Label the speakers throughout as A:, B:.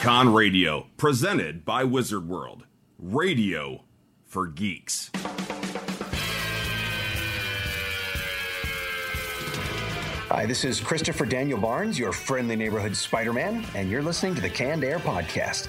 A: Con Radio, presented by Wizard World. Radio for geeks.
B: Hi, this is Christopher Daniel Barnes, your friendly neighborhood Spider Man, and you're listening to the Canned Air Podcast.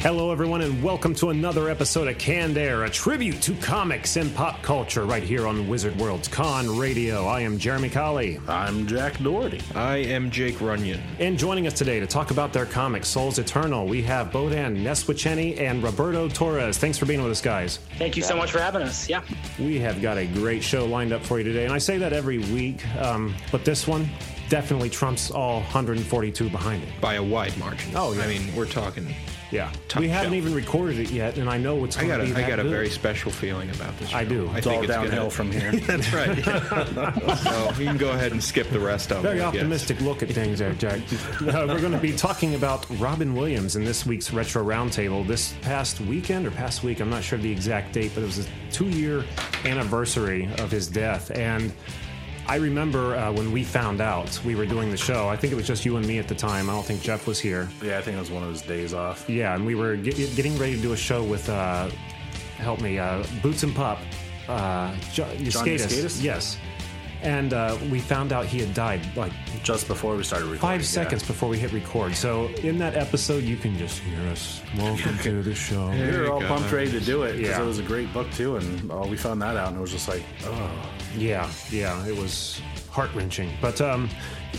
C: Hello, everyone, and welcome to another episode of Canned Air, a tribute to comics and pop culture, right here on Wizard World's Con Radio. I am Jeremy Colley,
D: I'm Jack Doherty.
E: I am Jake Runyon.
C: and joining us today to talk about their comic, Souls Eternal, we have Bodan Neswicheni and Roberto Torres. Thanks for being with us, guys.
F: Thank you so much for having us. Yeah.
C: We have got a great show lined up for you today, and I say that every week, um, but this one definitely trumps all 142 behind it.
E: By a wide margin.
C: Oh, yeah.
E: I mean, we're talking.
C: Yeah.
E: Top
C: we haven't
E: shelf.
C: even recorded it yet, and I know it's
E: I
C: going
E: got
C: to
E: a,
C: be
E: I
C: that
E: got a
C: good.
E: very special feeling about this.
C: I
E: show.
C: do. It's
E: I
D: It's all
E: gonna-
D: downhill from here.
E: That's right. so you can go ahead and skip the rest of
C: Very
E: it. yes.
C: optimistic look at things there, Jack. Uh, we're going to be talking about Robin Williams in this week's Retro Roundtable. This past weekend or past week, I'm not sure of the exact date, but it was a two year anniversary of his death. And I remember uh, when we found out we were doing the show, I think it was just you and me at the time. I don't think Jeff was here.
D: yeah, I think it was one of those days off.
C: Yeah, and we were get, getting ready to do a show with, uh, help me, uh, Boots and Pop, uh, jo- Euskatis.
D: Euskatis?
C: Yes. And uh, we found out he had died like
D: Just before we started recording.
C: five
D: yeah.
C: seconds before we hit record. So in that episode, you can just hear us. Welcome to the show.
D: We
E: There
D: were
E: you
D: all
E: go.
D: pumped ready to do it because
C: Yeah.
D: it was a great book too, and uh, we found that out, and it was just like, oh,
C: Yeah, yeah, it was heart wrenching. But um,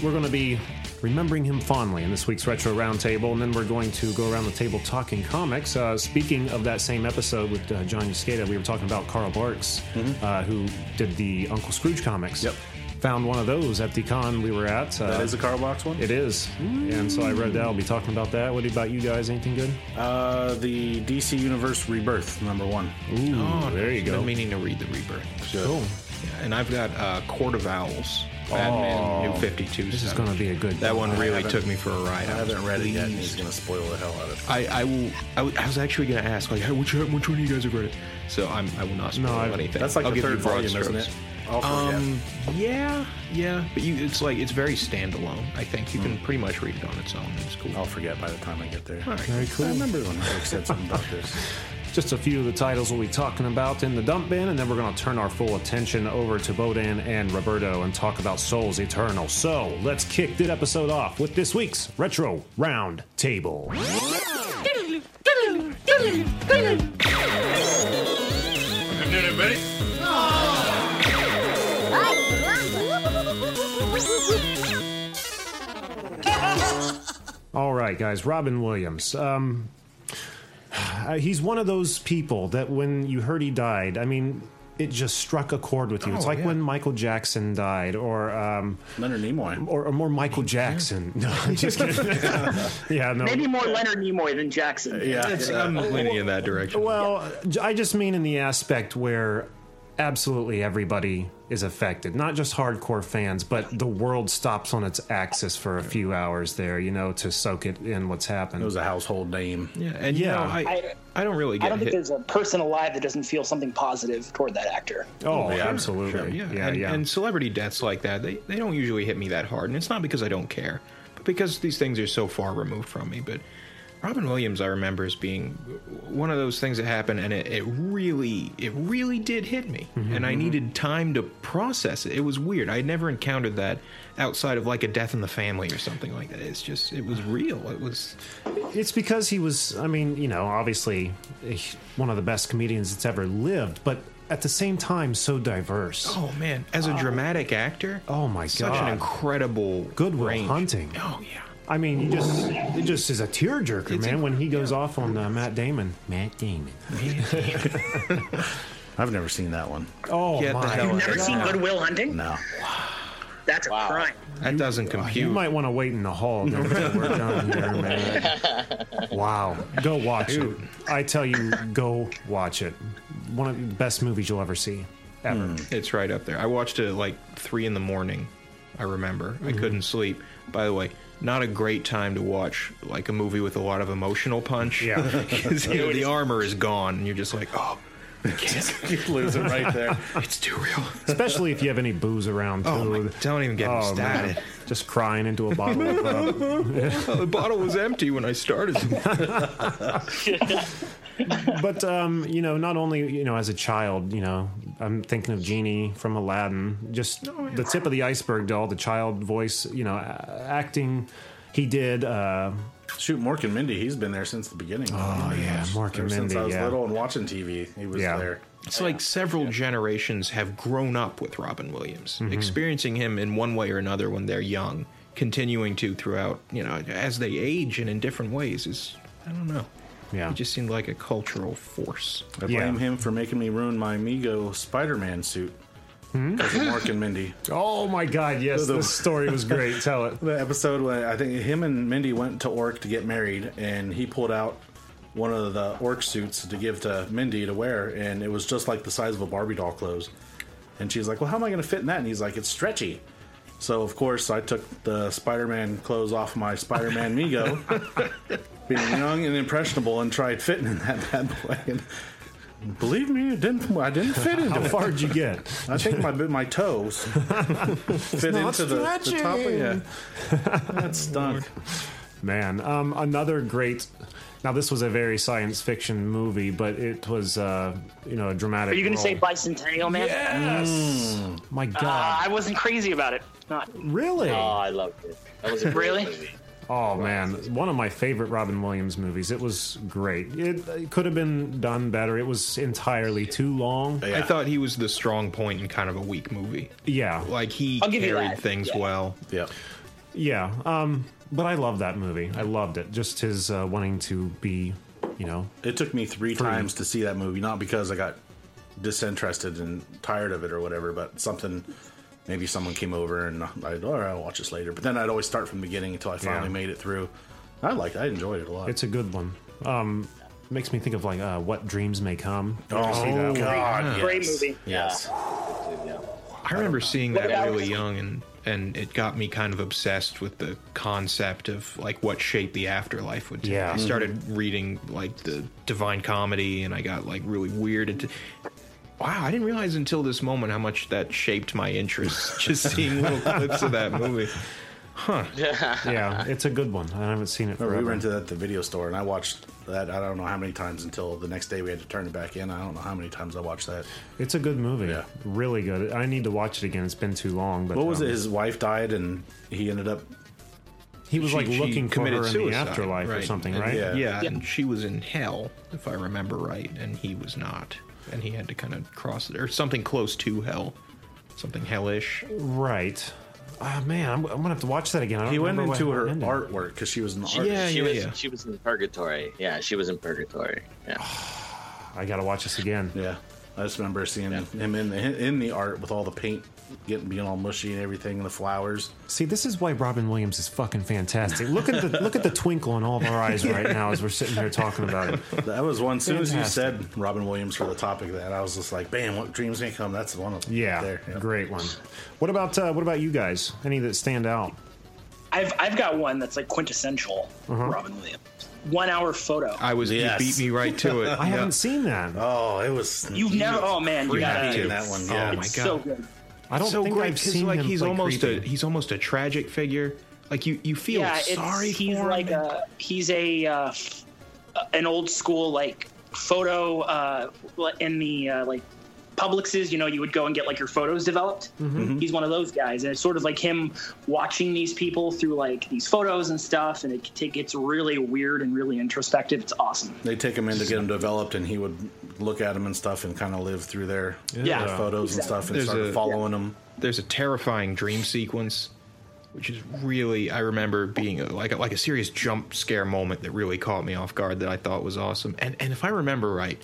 C: we're going to be remembering him fondly in this week's Retro Roundtable, and then we're going to go around the table talking comics. Uh, speaking of that same episode with uh, John Skada, we were talking about Carl Barks, uh, who did the Uncle Scrooge comics.
D: Mm-hmm. Yep.
C: Found one of those at the con we were at. Uh,
D: that is a car box one.
C: It is. And so I read that. I'll be talking about that. What about you guys? Anything good?
D: Uh, the DC Universe Rebirth number one.
C: Ooh,
E: Oh,
C: there you
E: I've been
C: go.
E: meaning to read the rebirth.
C: Cool.
E: Yeah, and I've got uh, Court of Owls, Batman, New Fifty Two.
C: This is going to be a good.
E: That one really
D: Oh. haven't-
E: took me for a ride.
D: I
E: was
D: haven't read it yet, and he's
E: pleased.
D: gonna spoil the hell out of it.
E: I, I will. I, w- I was actually going to ask, like, hey, which, which one of you guys have read it? So I'm, I will not spoil
C: No, I-
E: anything.
D: That's like
E: I'll
D: the
E: give you
D: third
E: broad
D: volume, isn't
E: strokes.
D: it? All three,
E: Um, yeah, yeah, but you, it's like it's very standalone. I think you can
C: Hmm.
E: pretty much read it on its own. It's cool.
D: yeah. I'll forget by the time I get there.
E: All right.
C: Oh, Very cool.
D: I remember when Eric said something about this.
C: Just a few of the titles we'll be talking about in the dump bin, and then we're going to turn our full attention over to Bodan and Roberto and talk about Souls Eternal. So let's kick this episode off with this week's Retro Round Table. All right, guys, Robin Williams. Um, uh, he's one of those people that when you heard he died, I mean, it just struck a chord with you. it's
E: Oh,
C: like
E: yeah.
C: when Michael Jackson died, or. Um,
D: Leonard Nimoy.
C: or, or more Michael Jackson. No, I'm just kidding. yeah, no.
F: Maybe more Leonard Nimoy than Jackson.
D: Yeah.
E: It's- I'm leaning in that direction.
C: Well, j- I just mean in the aspect where absolutely everybody is affected, not just hardcore fans, but the world stops on its axis for a few hours there, you know, to soak it in what's happened.
D: It was a household name.
E: yeah, and yeah,
C: Yeah.
E: I, I don't really get
F: I don't think
E: hit.
F: there's a person alive that doesn't feel something positive toward that actor.
C: oh,
D: yeah,
C: absolutely.
D: sure,
C: yeah,
E: yeah,
C: yeah.
E: and, and celebrity deaths like that, they, they don't usually hit me that hard, and it's not because I don't care, but because these things are so far removed from me. But Robin Williams, I remember as being one of those things that happened, and it, it really, it really did hit me,
C: Mm-hmm,
E: and I needed time to process it. It was weird. I had never encountered that outside of like a death in the family or something like that. It's just, it was real. It was.
C: It's because he was, I mean, you know, obviously eh, one of the best comedians that's ever lived, but at the same time, so diverse.
E: Oh man, as a dramatic actor,
C: Oh, my
E: such
C: God.
E: an incredible
C: Goodwill
E: range.
C: Hunting.
E: Oh yeah.
C: I mean, you just it just is a tearjerker,
E: It's
C: man. when he goes off on uh, Matt Damon. Matt Damon.
D: I've never seen that one.
C: Oh
E: Get the
C: my!
E: hell out of
F: Never
E: here.
F: seen Good Will Hunting?
D: No.
F: That's a crime.
E: That doesn't compute.
C: uh, You might want to wait in the hall. Now that we're done here, man. Wow, go watch
E: Dude.
C: it. I tell you, go watch it. One of the best movies you'll ever see, ever.
E: Hmm. Mm-hmm. It's right up there. I watched it at like three in the morning. I remember. I couldn't sleep. By the way, not a great time to watch like a movie with a lot of emotional punch.
C: Yeah.
E: 'Cause, you know, the armor is gone, and you're just like, oh, I can't.
D: you lose it right there.
E: it's too real.
C: Especially if you have any booze around. Too.
E: Oh, my, don't even get me
C: Oh, man.
E: started.
C: Just crying into a bottle of uh,
E: Oh, the bottle was empty when I started.
C: but um, you know, not only you know, as a child, you know, I'm thinking of Genie from Aladdin. Just
D: Oh,
C: the tip of the iceberg to all the child voice, you know, a- acting he did. Uh,
D: Shoot, Mork and Mindy, he's been there since the beginning. Oh,
C: yeah, Mork and
D: Since
C: Mindy,
D: I was
C: yeah.
D: little and watching TV, he was
C: Yeah.
D: there.
G: Oh,
E: It's like several generations have grown up with Robin Williams,
G: Mm-hmm.
E: experiencing him in one way or another when they're young, continuing to throughout, you know, as they age and in different ways is I don't know.
C: yeah,
E: It just seemed like a cultural force.
D: I
C: Yeah.
D: blame him for making me ruin my Mego Spider Man suit.
C: Hmm?
D: Because of Mork and Mindy.
C: oh my God, yes,
D: The-
C: this story was great. Tell it.
D: The episode when I think him and Mindy went to Orc to get married, and he pulled out one of the Orc suits to give to Mindy to wear, and it was just like the size of a Barbie doll clothes. And she's like, Well, how am I going to fit in that? And he's like, It's stretchy. So, of course, I took the Spider Man clothes off my Spider Man Mego, being young and impressionable, and tried fitting in that bad boy. And believe me, it didn't, I didn't fit into
C: How
D: it.
C: far did you get?
D: I think my my toes fit
C: not
D: into the, the top of yeah.
C: stretching.
D: That stunk.
C: Man, um, another great. Now this was a very science fiction movie, but it was uh, you know a dramatic.
G: Are you going to
C: role.
G: say Bicentennial Man?
C: Yes. My
G: Uh,
C: God,
G: I wasn't crazy about it. Not
C: really?
G: Ah.
H: Oh, I loved it. That was a great
G: Really?
H: movie.
C: Oh man, one of my favorite Robin Williams movies. It was great. It, it could have been done better. It was entirely too long.
E: I thought he was the strong point in kind of a weak movie.
C: Yeah,
E: Like he
G: I'll give you
E: carried
G: that,
E: things
G: yeah.
E: well.
D: Yeah.
C: yeah. Um, but I love that movie. I loved it. Just his uh, wanting to be, you know,
D: It took me three times to see that movie, not because I got disinterested and tired of it or whatever, but something maybe someone came over and I'd all right, I'll watch this later. But then I'd always start from the beginning until I finally
C: Yeah.
D: made it through. I liked it. I enjoyed it a lot.
C: it's a good one. Um, makes me think of like uh, what dreams may come.
D: oh,
C: that one?
D: God. Yes.
G: great movie.
D: Yes.
H: Yeah.
E: I remember seeing
G: What
E: that
G: about-
E: really young and and it got me kind of obsessed with the concept of like what shape the afterlife would take.
C: Yeah.
E: I started reading like the Divine Comedy and I got like really weird into Wow, I didn't realize until this moment how much that shaped my interest just seeing little clips of that movie.
C: yeah, it's a good one. I haven't seen it
D: Remember,
C: forever.
D: Oh, We rented that at the video store and I watched that I don't know how many times until the next day we had to turn it back in. I don't know how many times I watched that.
C: It's a good movie.
D: Yeah.
C: Really good. I need to watch it again. It's been too long. But
D: What was
C: um,
D: it? His wife died and he ended up
C: He was
E: She-
C: like
E: she
C: looking for her
E: committed
C: in the
E: suicide,
C: afterlife or
E: right.
C: something,
E: And-
C: right?
D: yeah.
E: yeah, and she was in hell, if I remember right, and he was not. And he had to kind of cross it, or something close to hell, something hellish.
C: Right. Ah man, I'm, I'm gonna have to watch that again. I don't
D: He went
C: remember
D: into
C: what-
D: her
C: what ended.
D: artwork because she was an artist.
E: yeah,
H: she
E: yeah,
H: was
E: yeah.
H: she was in purgatory. Yeah, she was in purgatory. Yeah.
C: I gotta watch this again.
D: Yeah, I just remember seeing him in the, in the art with all the paint getting being all mushy and everything, and the flowers.
C: See, this is why Robin Williams is fucking fantastic. Look at the look at the twinkle in all of our eyes right now as we're sitting here talking about it.
D: That was one. As soon as you
C: Fantastic.
D: said Robin Williams for the topic, of that I was just like, "Bam! What dreams may come." That's the one.
C: Yeah,
D: there. yeah.
C: great one. What about uh, what about you guys? Any that stand out?
G: I've I've got one that's like quintessential Robin Williams. One hour photo.
E: I was
D: Yes.
E: you beat me right to it.
C: I haven't seen that.
E: Uh,
D: Oh, it was.
G: You've never. Oh man, you
E: Creepy
G: gotta.
E: too.
D: in that one. Yeah.
E: Oh my
G: it's
E: God.
G: so good.
C: I don't
E: so
C: think
E: great
C: I've
E: 'cause,
C: seen
E: like
C: him
E: he's
C: play
E: almost a
C: creepy.
E: he's almost a tragic figure. Like you you feel
G: yeah, it's,
E: sorry
G: he's
E: for
G: like
E: him.
G: a he's a uh, f- an old school like photo uh, in the uh, like Publixes. You know, you would go and get like your photos developed.
E: Mm-hmm.
G: He's one of those guys, and it's sort of like him watching these people through like these photos and stuff, and it, it gets really weird and really introspective. It's awesome.
D: They take him in to get him developed, and he would look at him and stuff, and kind of live through their
G: Yeah.
D: their
G: Exactly.
D: photos and stuff, and
E: There's
D: started
E: a-
D: following him.
E: There's a terrifying dream sequence, which is really I remember being a, like a, like a serious jump scare moment that really caught me off guard that I thought was awesome. And and if I remember right,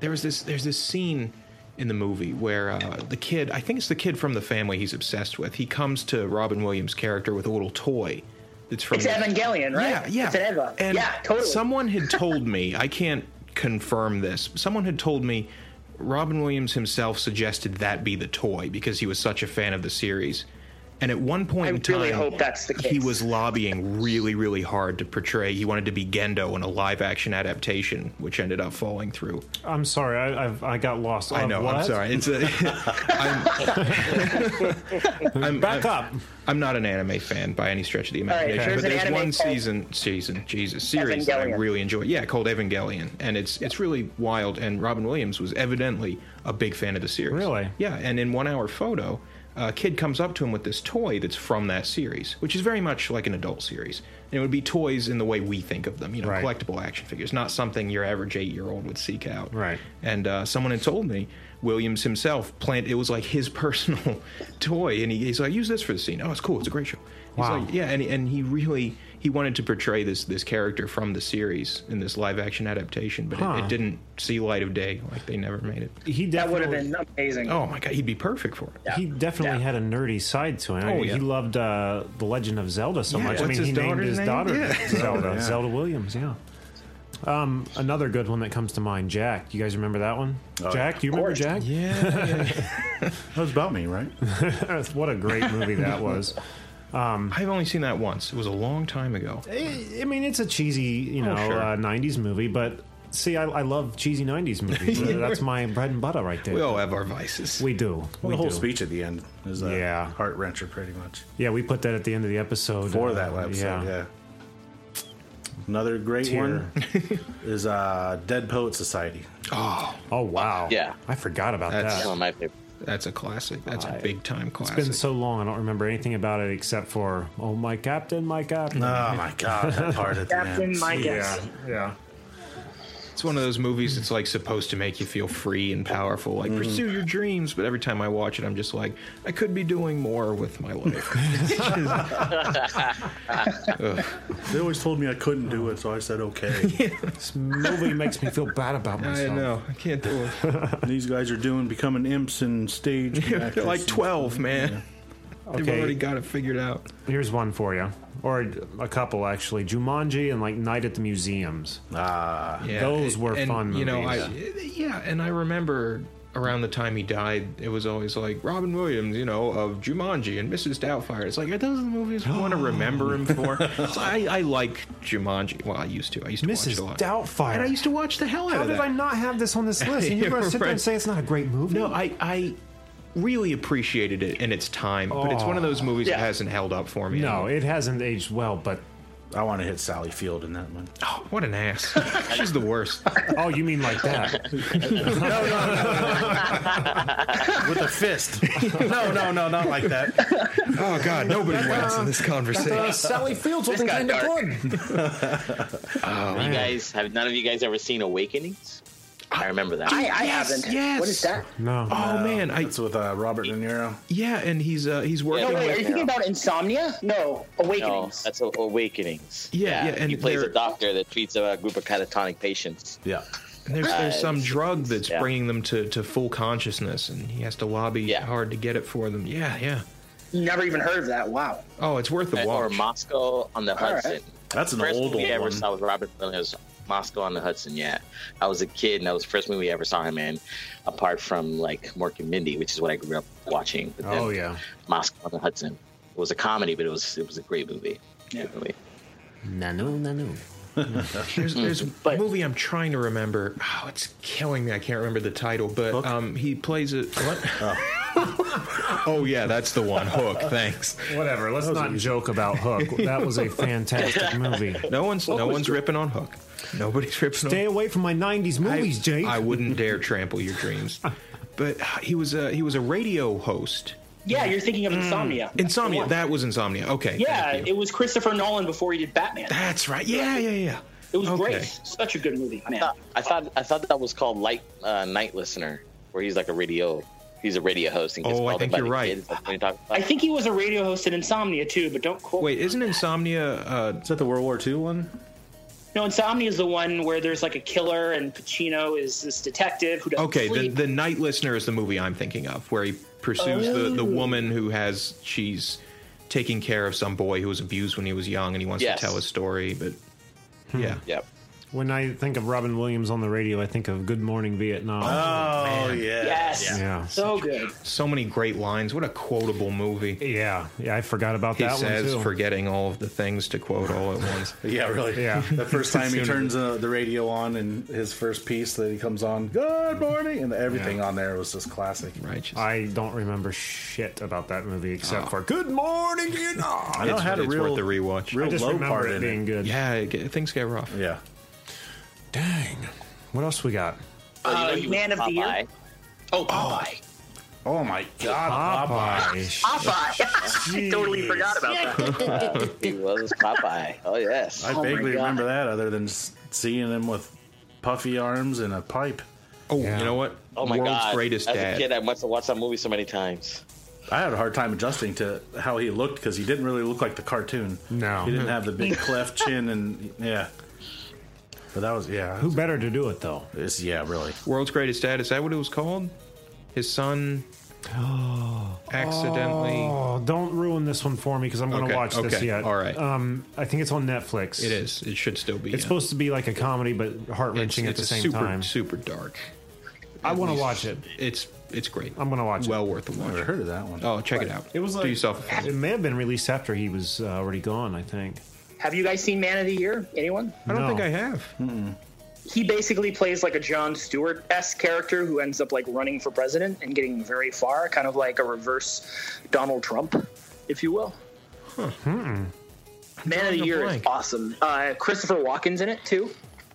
E: there was this there's this scene in the movie where uh, the kid I think it's the kid from the family he's obsessed with. He comes to Robin Williams' character with a little toy. That's from
G: It's
E: the-
G: Evangelion, right?
E: Yeah, yeah.
G: It's an Eva.
E: And
G: yeah, totally.
E: Someone had told me, I can't confirm this, but someone had told me Robin Williams himself suggested that be the toy because he was such a fan of the series. And at one point
G: I
E: in time,
G: really hope that's the
E: he
G: case.
E: was lobbying really, really hard to portray. He wanted to be Gendo in a live action adaptation, which ended up falling through.
C: I'm sorry, I, I've, I got lost.
E: I
C: Uh,
E: know. I'm
C: what?
E: sorry. It's a, I'm, I'm,
C: Back
E: I'm,
C: up.
E: I'm not an anime fan by any stretch of the
G: right,
E: imagination,
G: there's
E: but
G: an
E: there's
G: anime
E: one
G: called-
E: season, season, Jesus, series that I
G: Evangelion.
E: really enjoy. Yeah, called Evangelion, and it's it's really wild. And Robin Williams was evidently a big fan of the series.
C: Really?
E: Yeah. And in one hour photo, a kid comes up to him with this toy that's from that series, which is very much like an adult series. And it would be toys in the way we think of them, you know,
C: Right.
E: collectible action figures, not something your average eight year old would seek out
C: Right.
E: and uh, someone had told me Williams himself plant it was like his personal toy, and he, he's like, use this for the scene. Oh, it's cool. It's a great show. He's
C: Wow.
E: like, yeah, and and he really he wanted to portray this this character from the series in this live action adaptation, but it,
C: Huh.
E: it didn't see light of day. Like they never made it.
C: He
G: That would have
C: definitely,
G: been amazing.
E: Oh my god, he'd be perfect for it.
C: he definitely
G: Yeah.
C: had a nerdy side to him.
E: Oh,
C: He
E: yeah.
C: loved uh, The Legend of Zelda so
E: Yeah,
C: much. I mean,
E: what's his
C: he named
E: daughter's
C: his
E: name?
C: daughter
E: Yeah.
C: Zelda.
D: Yeah.
C: Zelda Williams, yeah. Um, another good one that comes to mind, Jack. You guys remember that one?
D: Oh,
C: Jack, do you remember Jack?
E: Yeah,
D: That was about me, right?
C: what a great movie that was.
E: I've only seen that once. It was a long time ago.
C: I I mean, it's a cheesy, you know,
E: Oh, sure.
C: uh, '90s movie, but see, I, I love cheesy '90s movies. Uh, That's my bread and butter, right there.
E: We all have our vices.
C: We do. we
D: the whole
C: do.
D: speech at the end is a
C: Yeah.
D: heart wrencher, pretty much.
C: Yeah, we put that at the end of the episode.
D: For
C: uh,
D: that episode, yeah. Another great
C: Tear.
D: one is uh, Dead Poet Society.
C: Oh wow.
H: Yeah.
C: I forgot about
E: That's-
H: One
C: that.
H: of my favorite.
E: That's a classic. That's a big time classic.
C: It's been so long, I don't remember anything about it except for "Oh my captain, my captain."
E: Uh,
D: Oh my god, that part at the
G: Captain,
D: end.
G: my guess.
C: yeah.
E: It's one of those movies that's like supposed to make you feel free and powerful, like pursue your dreams. But every time I watch it, I'm just like, I could be doing more with my life.
D: They always told me I couldn't do it, so I said okay.
C: This movie makes me feel bad about
E: I
C: myself.
E: know, I can't do it.
D: These guys are doing becoming imps and stage.
E: They're
D: actors.
E: like 12, man. They've
C: Okay.
E: already got it figured out.
C: Here's one for you, or a couple actually: Jumanji and like Night at the Museums.
D: Ah,
E: Yeah,
C: Uh, Those were
E: and,
C: fun
E: You know, I,
C: movies.
E: yeah, and I remember around the time he died, it was always like Robin Williams, you know, of Jumanji and Mrs. Doubtfire. It's like, are those the movies we want to remember him for? So I, I like Jumanji. Well, I used to. I used to watch
C: Mrs.
E: a lot.
C: Doubtfire.
E: And I used to watch the hell out
C: How
E: of that.
C: did I not have this on this list? And you're going to sit there and
E: Right.
C: say it's not a great movie?
E: No, I, I really appreciated it in its time, but it's one of those movies that hasn't held up for me.
C: No, it hasn't aged well, but
D: I want to hit Sally Field in that one.
E: Oh, what an ass. She's the worst.
C: oh, you mean like that?
D: With a fist. no, no, no, not like that.
E: Oh, God, nobody wins in this conversation.
C: Sally Fields wasn't
H: got
C: kind of
H: dark.
C: good.
H: Have you guys have none of you guys ever seen Awakenings? I remember that.
G: I, I
E: Yes,
G: haven't.
E: yes.
G: What is that?
C: No,
E: Oh, man. I,
D: It's with uh, Robert De Niro.
E: yeah, and he's uh, he's working
G: Oh,
H: No,
G: wait,
E: with.
G: are you thinking about Insomnia? No,
H: no,
G: Awakenings.
H: that's a- Awakenings.
E: Yeah, yeah, and
H: he plays a
E: they're-
H: doctor that treats a group of catatonic patients.
D: Yeah.
E: There's, there's some drug that's
H: yeah.
E: bringing them to, to full consciousness, and he has to lobby
H: Yeah.
E: hard to get it for them. Yeah, yeah.
G: Never even heard of that. Wow.
E: Oh, it's worth the
H: Uh, Or
E: watch.
H: Moscow on the
G: right.
H: Hudson.
D: That's an
H: first
D: old
H: movie
D: old
H: I ever
D: one.
H: saw with Robert Williams, Moscow on the Hudson. Yeah, I was a kid, and that was the first movie I ever saw him in, apart from like Mork and Mindy, which is what I grew up watching. But then
C: Oh, yeah.
H: Moscow on the Hudson. It was a comedy, but it was it was a great movie. Great movie.
C: nanu nanu.
E: There's, there's a movie I'm trying to remember. Oh, it's killing me. I can't remember the title, but um, he plays it. What? Oh. yeah, that's the one. Hook. Thanks.
C: Whatever. Let's not joke about Hook. That was a fantastic movie.
E: No one's no one's ripping on Hook. Nobody's ripping
C: Stay
E: on.
C: away from my '90s movies, Jake.
E: I wouldn't dare trample your dreams. But he was a he was a radio host.
G: Yeah, you're thinking of Insomnia.
E: Mm. Insomnia. That was Insomnia. Okay.
G: Yeah,
E: thank you.
G: it was Christopher Nolan before he did Batman.
E: that's right. Yeah, yeah, yeah.
G: It was
E: Okay.
G: great. Such a good movie, man.
H: I thought I thought that was called Light uh, Night Listener, where he's like a radio. He's a radio host and gets
E: Oh, I
H: called in
E: think
H: by
E: you're
H: the
E: right.
H: kids. That's what you're talking about.
G: I think he was a radio host in Insomnia too, but don't quote.
E: Wait, isn't Insomnia? Uh,
D: Is that the World War II one?
G: No, Insomnia is the one where there's like a killer and Pacino is this detective who doesn't
E: okay, the
G: sleep.
E: the Night Listener is the movie I'm thinking of, where he pursues the the woman who has she's taking care of some boy who was abused when he was young, and he wants
H: Yes.
E: to tell his story. But yeah,
H: Yep.
C: When I think of Robin Williams on the radio, I think of Good Morning Vietnam.
D: Oh yeah.
G: Yes.
C: Yeah.
G: So good.
E: So many great lines. What a quotable movie.
C: yeah, yeah, I forgot about
E: He
C: that
E: says,
C: one too.
E: forgetting all of the things to quote all at once.
D: Yeah, really.
C: Yeah.
D: The first time he turns uh, the radio on and his first piece that he comes on, good morning, and everything on there was just classic.
E: Righteous.
C: I don't remember shit about that movie except for Good Morning Vietnam.
D: I know
E: It's-
D: it had a
E: it's
D: real,
E: worth a rewatch.
D: real
C: I just
D: low
C: remember
D: part
C: it
D: in
C: being good.
E: yeah, it get- things get rough.
D: it. Yeah.
C: Dang. What else we got?
H: Well,
G: Uh,
H: you know,
G: man of the year?
H: Popeye.
G: Oh, Popeye.
D: Oh my God, Popeye.
G: Popeye. I totally forgot about that.
H: He was Popeye. Oh yes.
D: I
G: Oh my
D: vaguely
G: God.
D: remember that, other than s- seeing him with puffy arms and a pipe.
E: Oh,
C: Yeah.
E: you know what?
H: Oh my
E: World's
H: God.
E: greatest
H: As
E: dad.
H: a kid, I must have watched that movie so many times.
D: I had a hard time adjusting to how he looked because he didn't really look like the cartoon.
C: No.
D: he didn't have the big cleft chin and yeah. But that was yeah,
C: Who better to do it though?
D: it's, yeah, really.
E: World's Greatest Dad. Is that what it was called? His son accidentally.
C: Oh, don't ruin this one for me because I'm going to
E: Okay,
C: watch this
E: okay,
C: yet.
E: all right.
C: Um, I think it's on Netflix.
E: It is. It should still be.
C: It's
E: in.
C: supposed to be like a comedy, but heart wrenching at
E: It's-
C: the
E: it's
C: same
E: super,
C: time.
E: Super dark.
C: I want to
E: least-
C: watch it.
E: It's it's great.
C: I'm gonna watch it.
E: Well worth a
D: Never
E: watch.
D: heard of that one.
E: Oh, check it out.
C: It was like
E: do yourself. a favor.
C: it may have been released after he was uh, already gone. I think.
G: Have you guys seen Man of the Year? Anyone?
E: I don't
C: No.
E: think I have.
G: He basically plays like a John Stewart esque character who ends up like running for president and getting very far, kind of like a reverse Donald Trump, if you will. Man of the
E: drawing a
G: Year is
E: blank.
G: awesome. Uh, Christopher Walken's in it too.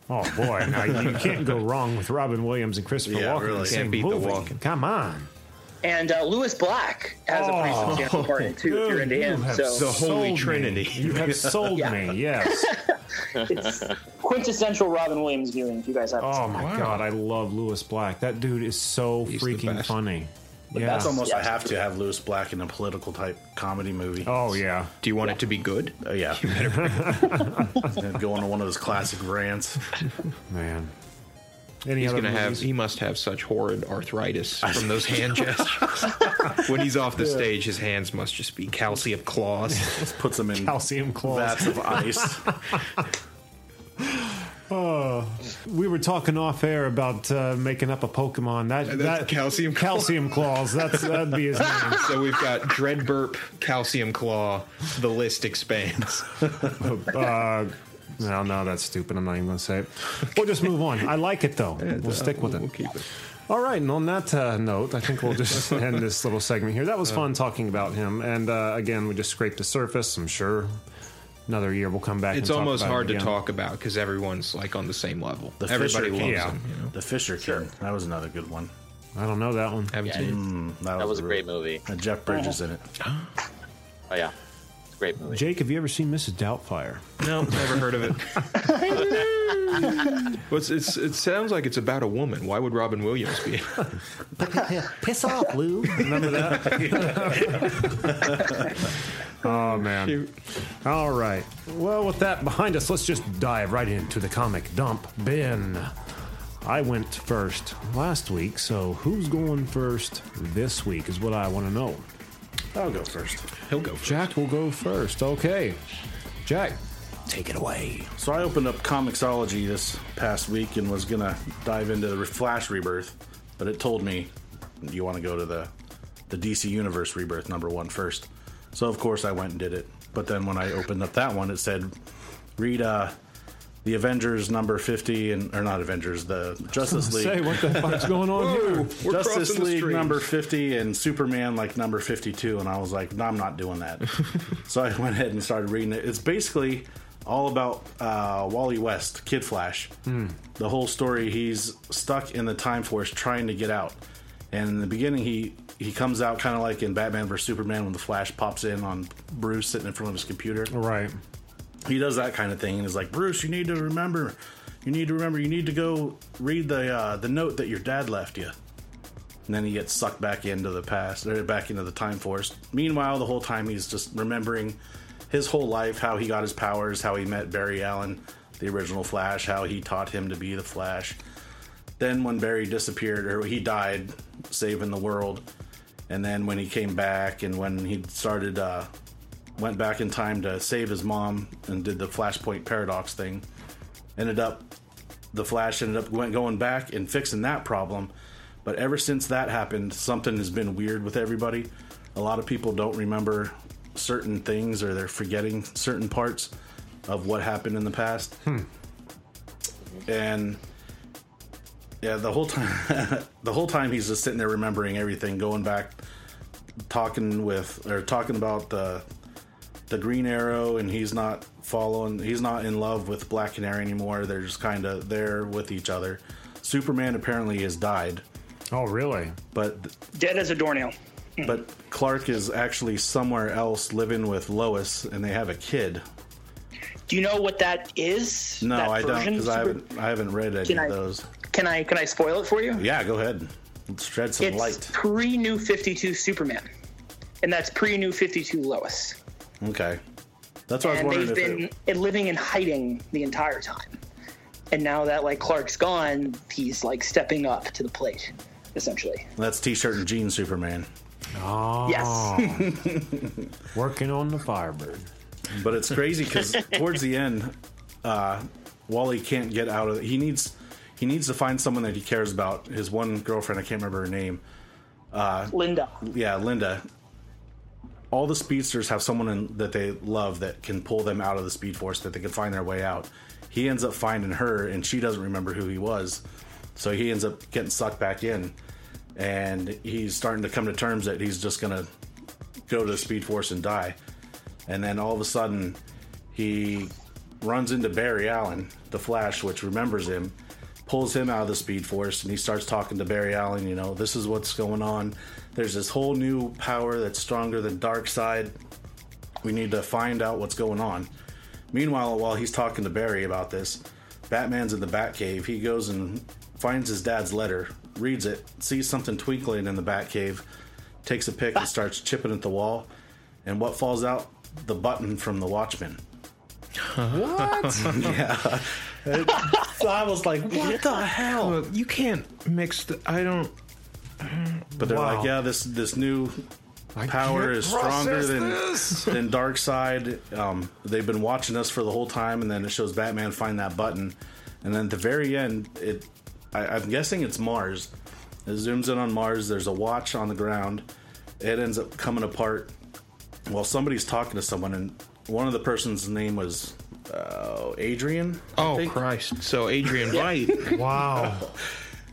C: Oh boy, now you can't go wrong with Robin Williams and Christopher
D: Yeah,
C: Walken. in
D: really.
C: the
D: Can't
C: same
E: beat the
C: movie.
E: Walken.
C: Come on.
G: And uh, Lewis Black has a pretty
C: Oh,
G: substantial part in it too, if you're into
C: you
G: him.
C: have
G: So
E: The Holy
C: sold me.
E: Trinity.
C: You have sold
G: Yeah.
C: me. Yes.
G: it's quintessential Robin Williams viewing. If you guys haven't,
C: Oh
G: seen it.
C: my
E: Wow.
C: god, I love Lewis Black. That dude is so
E: He's the
C: freaking
E: best.
C: funny. Yeah.
D: That's almost
G: Yeah.
D: I have to have Lewis Black in a political type comedy movie.
C: Oh yeah.
E: Do you want it to be good?
D: Uh, yeah. And go on one of those classic rants.
C: Man. Any
E: He's
C: other
E: gonna have.
C: movies?
E: He must have such horrid arthritis from those hand gestures. when he's off the stage, his hands must just be calcium claws.
D: Just puts them in
C: calcium claws.
D: vats of ice.
C: Oh, we were talking off air about uh, making up a Pokemon. That,
E: that's
C: that
E: calcium claw.
C: calcium claws. That's that'd be his name.
E: so we've got dread burp, calcium claw. The list expands.
C: Uh, no, no, that's stupid. I'm not even going to say it. We'll just move on. I like it though. We'll stick with
E: We'll
C: it.
E: keep it.
C: All right, and on that uh, note, I think we'll just end this little segment here. That was fun talking about him, and uh, again, we just scraped the surface. I'm sure another year we'll come back.
E: It's
C: and talk
E: almost
C: about him
E: hard to
C: again.
E: talk about because everyone's like on the same level.
D: The
E: Everybody loves
D: Fisher King.
C: Yeah.
E: him. You know?
D: The Fisher King. That was another good one. Hmm,
C: I don't know that one.
E: Haven't
H: Yeah,
E: seen it.
H: That was a
D: real-
H: great movie.
D: And Jeff Bridges in it.
H: Oh yeah, it's a great movie.
C: Jake, have you ever seen Mrs. Doubtfire?
E: No, never heard of it. well, it's, it's, it sounds like it's about a woman. Why would Robin Williams be?
C: Piss off, Lou. Remember that? oh man. All right. Well, with that behind us, let's just dive right into the comic dump bin. I went first last week, so who's going first this week is what I want to know.
D: I'll go first.
E: He'll go. For
C: Jack will go first. Okay. Jack, take it away.
D: So I opened up Comixology this past week and was gonna dive into the Flash Rebirth, but it told me you want to go to the the DC Universe Rebirth number one first. So of course I went and did it. But then when I opened up that one, it said read uh, the Avengers number fifty and or not Avengers the Justice League.
C: Say, what the fuck's going on here?
E: We're
D: Justice
E: crossing the
D: League
E: streams.
D: number 50 and Superman like number 52 and I was like no, I'm not doing that so I went ahead and started reading it it's basically all about uh, Wally West Kid Flash
E: Hmm.
D: the whole story he's stuck in the time force trying to get out and in the beginning he he comes out kind of like in Batman vs Superman when the Flash pops in on Bruce sitting in front of his computer
E: Oh,
C: Right.
D: he does that kind of thing and is like, Bruce, you need to remember, you need to remember, you need to go read the uh, the note that your dad left you. And then he gets sucked back into the past, or back into the time force. Meanwhile, the whole time he's just remembering his whole life, how he got his powers, how he met Barry Allen, the original Flash, how he taught him to be the Flash. Then when Barry disappeared or he died, saving the world, and then when he came back and when he started uh, went back in time to save his mom and did the flashpoint paradox thing ended up the Flash ended up went going back and fixing that problem. But ever since that happened, something has been weird with everybody. A lot of people don't remember certain things or they're forgetting certain parts of what happened in the past. And yeah, the whole time the whole time he's just sitting there remembering everything, going back talking with or talking about the the Green Arrow, and he's not following. He's not in love with Black Canary anymore. They're just kind of there with each other. Superman apparently has died,
C: Oh, really?
D: but
G: Dead as a doornail.
D: but Clark is actually somewhere else living with Lois, and they have a kid.
G: Do you know what that is?
D: No,
G: That
D: I don't
G: version?
D: because I
G: Super-
D: haven't I haven't read any
G: Can I-
D: of those.
G: Can I can I spoil it for you?
D: Yeah, go ahead. Let's shed some
G: It's
D: light.
G: pre New Fifty Two Superman, and that's pre New Fifty Two Lois.
D: Okay, that's what I was
G: and
D: wondering.
G: they've
D: If
G: been
D: it,
G: living in hiding the entire time. And now that like Clark's gone, he's like stepping up to the plate, essentially.
D: that's T-shirt and jeans Superman,
C: Oh,
G: Yes.
C: working on the Firebird.
D: but it's crazy because towards the end, uh, Wally can't get out of. He needs he needs to find someone that he cares about. His one girlfriend, I can't remember her name.
G: Linda,
D: Yeah, Linda. All the speedsters have someone in, that they love that can pull them out of the speed force that they can find their way out. He ends up finding her, and she doesn't remember who he was, so he ends up getting sucked back in, and he's starting to come to terms that he's just gonna go to the speed force and die. And then all of a sudden, he runs into Barry Allen, the Flash, which remembers him, pulls him out of the Speed Force, and he starts talking to Barry Allen. You know, this is what's going on. There's this whole new power that's stronger than Dark Side. We need to find out what's going on. Meanwhile, while he's talking to Barry about this, Batman's in the Batcave. He goes and finds his dad's letter, reads it, sees something twinkling in the Batcave, takes a pick and starts chipping at the wall. And what falls out? The button from the Watchman.
C: What?
D: So I was like, what the hell?
E: Well, you can't mix the. I don't.
D: But they're
C: Wow.
D: like, yeah, this this new
C: I
D: power
C: can't
D: is stronger
C: process
D: than
C: this.
D: than Dark Side. Um, they've been watching us for the whole time, and then it shows Batman find that button, and then at the very end, it I, I'm guessing it's Mars. It zooms in on Mars. There's a watch on the ground. It ends up coming apart. Well, somebody's talking to someone, and one of the person's name was uh, Adrian. I
E: Oh
D: think.
E: Christ! So Adrian White.
C: Wow.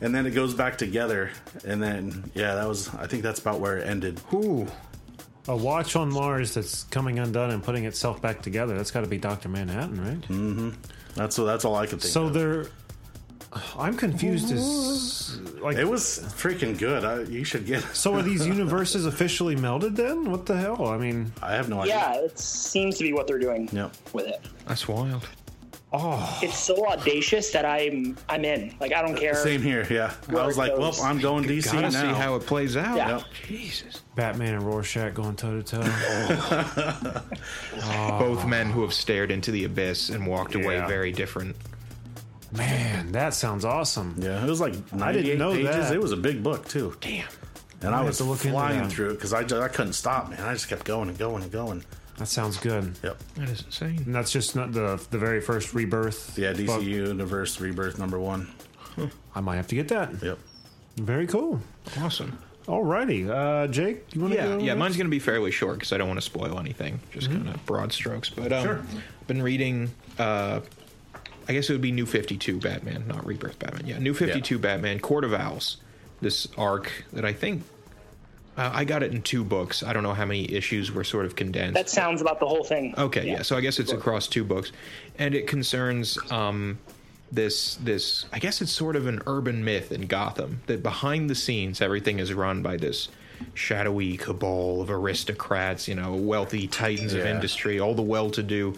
D: And then it goes back together, and then yeah, that was. I think that's about where it ended.
E: Ooh.
C: A watch on Mars that's coming undone and putting itself back together. That's got to be Dr. Manhattan, right?
D: That's so. That's all I could think.
C: So they're. I'm confused as. Like,
D: it was freaking good. I, you should get.
C: so are these universes officially melded then? What the hell? I mean,
D: I have no idea.
G: yeah, it seems to be what they're doing
D: Yep.
G: with it.
E: That's wild.
G: It's so audacious that I'm I'm in. Like I don't care.
D: Same here. Yeah. I
G: Where
D: was
G: it
D: like, well,
G: goes.
D: I'm going DC
E: Gotta
D: now.
E: see how it plays out.
G: Yeah.
D: Yep.
E: Jesus.
C: Batman and Rorschach going toe to toe.
E: Both men who have stared into the abyss and walked away
C: Yeah.
E: very different.
C: Man, that sounds awesome.
D: yeah, it was like 98
C: didn't know
D: pages.
C: that.
D: It was a big book too,
E: Damn.
D: and I
C: have
D: was
C: to look into
D: flying
C: that.
D: through it because I, ju- I couldn't stop, man. I just kept going and going and going.
C: That sounds good.
D: Yep.
E: That is insane.
C: And that's just not the the very first rebirth.
D: Yeah, DC
C: book.
D: Universe Rebirth number one.
C: I might have to get that.
D: Yep.
C: Very cool.
E: Awesome.
C: Alrighty, uh, Jake, you want to?
E: Yeah,
C: go Mm-hmm.
E: yeah.
C: next?
E: Mine's gonna be fairly short because I don't want to spoil anything. Just kind of broad strokes. But um, I've been reading. Uh, I guess it would be New Fifty Two Batman, not Rebirth Batman. Yeah, New Fifty Two Batman, Court of Owls. This arc that I think uh, I got it in two books. I don't know how many issues were sort of condensed.
G: That sounds about the whole thing.
C: Oh,
E: Okay, yeah. So I guess it's across two books, and it concerns um, this this. I guess it's sort of an urban myth in Gotham that behind the scenes everything is run by this shadowy cabal of aristocrats, you know, wealthy titans of
D: Yeah.
E: industry, all the well-to-do,